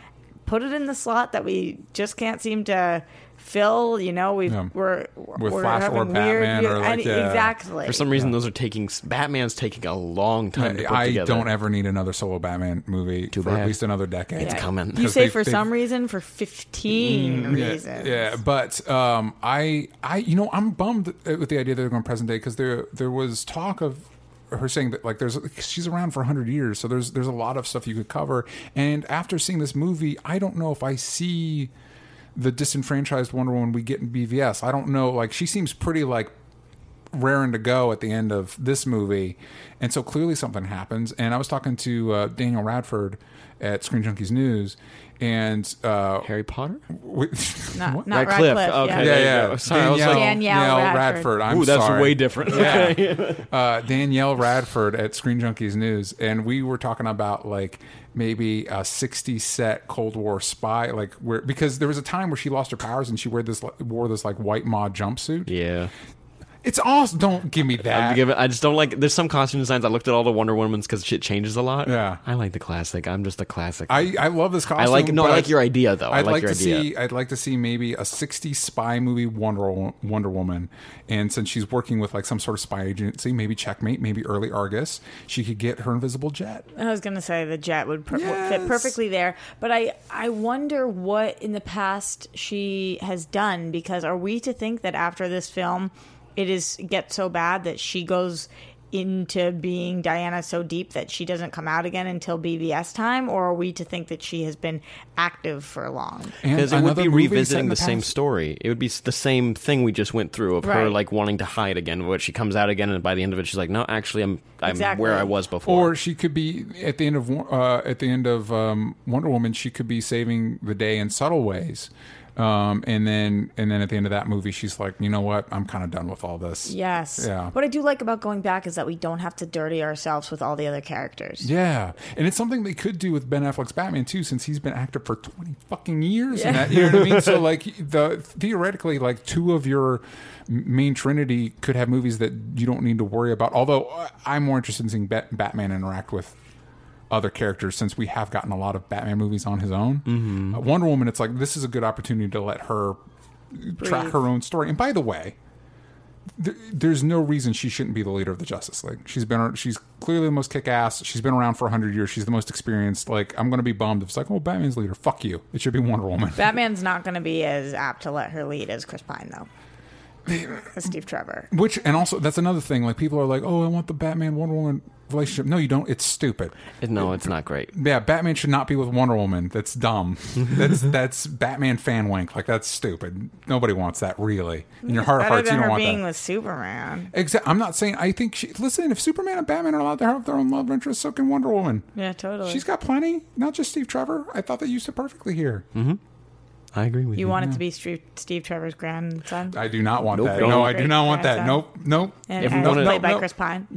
Put it in the slot that we just can't seem to fill. You know, we've, Yeah. we're With we're Flash or having Batman weird, or like, and- yeah. exactly. for some reason, those are taking. Batman's taking a long time to put I together. don't ever need another solo Batman movie for bad. at least another decade. It's Yeah. coming. You 'Cause say they've- for they've- Mm, some reason for fifteen reasons. Yeah, but um, I, I, you know, I'm bummed with the idea that they're going present day because there, there was talk of her saying that like there's she's around for 100 years so there's there's a lot of stuff you could cover and after seeing this movie i don't know if i see the disenfranchised wonder woman we get in bvs i don't know like she seems pretty like raring to go at the end of this movie. And so clearly something happens. And I was talking to uh, Daniel Radford at Screen Junkies News, and uh, Harry Potter? we, [LAUGHS] Not, What? not Radcliffe, Radcliffe. okay. yeah. yeah, There you yeah, go. Sorry, I was like- Danielle Radford. I'm Ooh, that's sorry. way different. [LAUGHS] Yeah. uh, Danielle Radford at Screen Junkies News, and we were talking about like maybe a 60 set Cold War spy, like where because there was a time where she lost her powers and she wore this wore this like white mod jumpsuit. Yeah. It's awesome. Don't give me I that. give it, I just don't like. There's some costume designs. I looked at all the Wonder Woman's because shit changes a lot. Yeah. I like the classic. I'm just a classic. I, I love this costume. I like- no, but I like your idea, though. I I'd like like your to idea. see. I'd like to see maybe a '60s spy movie Wonder Wo- Wonder Woman, and since she's working with like some sort of spy agency, maybe Checkmate, maybe early Argus, she could get her invisible jet. I was gonna say the jet would per- would fit Yes. perfectly there, but I I wonder what in the past she has done because are we to think that after this film, it is gets so bad that she goes into being Diana so deep that she doesn't come out again until BVS time, or are we to think that she has been active for long? And because it would another be movie set revisiting in the, same past. story. It would be s- the same thing we just went through of her Right. like wanting to hide again. Where she comes out again, and by the end of it, she's like, "No, actually, I'm I'm Exactly. where I was before." Or she could be at the end of uh, at the end of um, Wonder Woman. She could be saving the day in subtle ways, um, and then and then at the end of that movie, she's like, you know what? I'm kind of done with all this. Yes. Yeah. What I do like about going back is that we don't have to dirty ourselves with all the other characters. Yeah, and it's something they could do with Ben Affleck's Batman too, since he's been active for twenty fucking years. And that, you know what I mean? So like, the theoretically, like two of your m- main trinity could have movies that you don't need to worry about. Although uh, I'm more interested in seeing Bat- Batman interact with other characters, since we have gotten a lot of Batman movies on his own. Uh, Wonder Woman, it's like this is a good opportunity to let her track her own story. And by the way, th- there's no reason she shouldn't be the leader of the Justice League. She's been she's clearly the most kick-ass. She's been around for 100 years. She's the most experienced. Like I'm going to be bummed if it's like, "Oh, Batman's leader. Fuck you." It should be Wonder Woman. Batman's not going to be as apt to let her lead as Chris Pine, [CLEARS THROAT] though. as Steve Trevor. Which and also that's another thing. Like people are like, "Oh, I want the Batman Wonder Woman relationship." No, you don't. It's stupid. no, it's not great. Yeah, Batman should not be with Wonder Woman. That's [LAUGHS] dumb. that's that's Batman fan wank. Like that's stupid. Nobody wants that really. In your heart of Better hearts, you than don't her want that. being with Superman. Exact. I'm not saying. I think. She, listen, if Superman and Batman are allowed to have their own love interests, so can Wonder Woman. Yeah, totally. She's got plenty. Not just Steve Trevor. I thought they used it perfectly here. Hmm. I agree with you you. want it to be Steve, Steve Trevor's grandson? Mm-hmm. I do not want Nope, that. don't. No, I do not want that. Grandson. Nope. Nope. and If we and wanna- played No, by no. [LAUGHS] Chris Pine.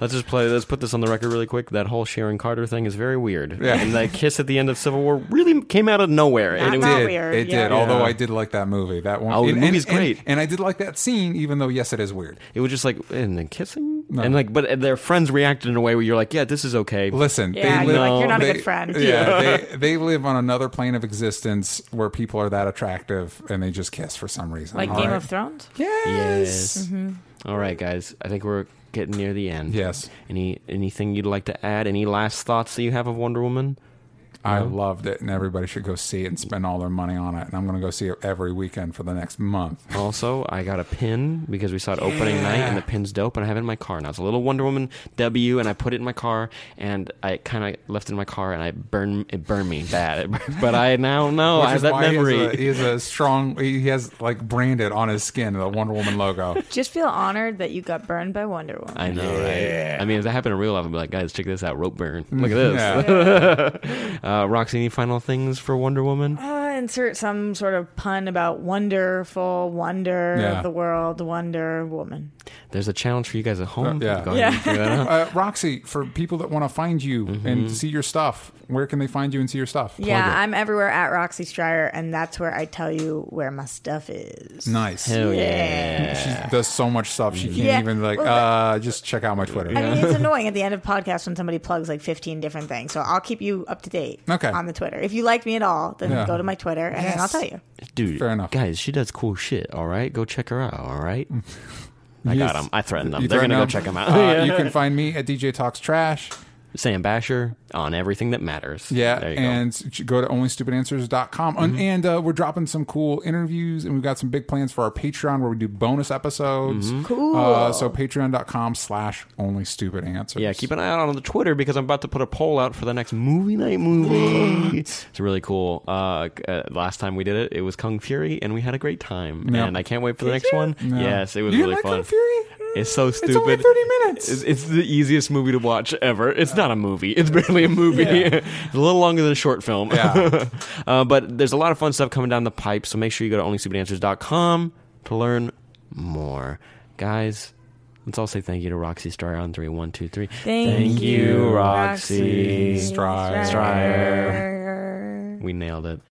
Let's just play. Let's put this on the record really quick. That whole Sharon Carter thing is very weird. Yeah. And that kiss at the end of Civil War really came out of nowhere. Not and it was, that It, weird, it yeah. did. Although I did like that movie. That one. Oh, the and- movie's and- and- great. And, I did like that scene, even though yes, it is weird. it was just like and then kissing and like, but their friends reacted in a way where you're like, "Yeah, this is okay." Listen, Yeah, they you're live, like, you're not a they- good friend. Yeah, they, they live on another plane of existence where people are that attractive and they just kiss for some reason. Like All Game right? of Mm-hmm. Thrones? Yes. Yes. All right, guys. I think we're getting near the end. Yes. Any anything you'd like to add? Any last thoughts that you have of Wonder Woman? I loved it, and everybody should go see it and spend all their money on it. And I'm going to go see it every weekend for the next month. Also, I got a pin because we saw it opening night, and the pin's dope, and I have it in my car now. It's a little Wonder Woman W, and I put it in my car, and I kind of left it in my car, and I burn it burned me bad. [LAUGHS] It burned- but I now know Oh, I Which have is that why he has memory. a- He has, a, strong. He has like branded on his skin the Wonder [LAUGHS] Woman logo. Just feel honored that you got burned by Wonder Woman. I know, right? I mean, if that happened in real life, I'd be like, guys, check this out, rope burn. Look at this. Yeah. [LAUGHS] Uh, Roxy, any final things for Wonder Woman? Uh, insert some sort of pun about wonderful, wonder Yeah. of the world, Wonder Woman. There's a challenge for you guys at home. Uh, yeah. Go ahead and Yeah. figure that out. Uh, Roxy, for people that want to find you Mm-hmm. and see your stuff, where can they find you and see your stuff? Plug Yeah, it. I'm everywhere at Roxy Stryer, and that's where I tell you where my stuff is. nice. Hell yeah. She does so much stuff. She can't Yeah. even like. Well, uh, just check out my Twitter. I mean, [LAUGHS] it's annoying at the end of podcasts when somebody plugs like 15 different things. So I'll keep you up to date Okay. on the Twitter. If you like me at all, then Yeah. go to my Twitter and then I'll tell you. Dude, Fair enough. Mm. Guys, she does cool shit. All right, go check her out. All right, I got Yes. them. I threatened them. You They're threaten gonna go [LAUGHS] them? Oh, check them out. Uh, Uh, You can find me at DJ Talks Trash. Sam Basher on everything that matters. Yeah, There you Mm-hmm. and sh- go to onlystupidanswers.com. And, and uh, we're dropping some cool interviews, and we've got some big plans for our Patreon where we do bonus episodes. Mm-hmm. Cool. Uh, so patreon.com slash onlystupidanswers. go. Yeah, keep an eye out on the Twitter because I'm about to put a poll out for the next movie night [GASPS] movie. it's really cool. Uh, uh, last time we did it, it was Kung Fury, and we had a great time. Yeah. And I can't wait for the next one. Yes, it was You didn't really like fun. Kung Fury? It's so It's stupid. only 30 minutes. It's, it's the easiest movie to watch ever. It's not a movie. It's barely a movie. [LAUGHS] it's a little longer than a short film. Yeah. [LAUGHS] uh, but there's a lot of fun stuff coming down the pipe, so make sure you go to onlystupidanswers.com to learn more. Guys, let's all say thank you to Roxy Stryer on 3123. Thank, you, Roxy Roxy. Stryer. Stryer. We nailed it.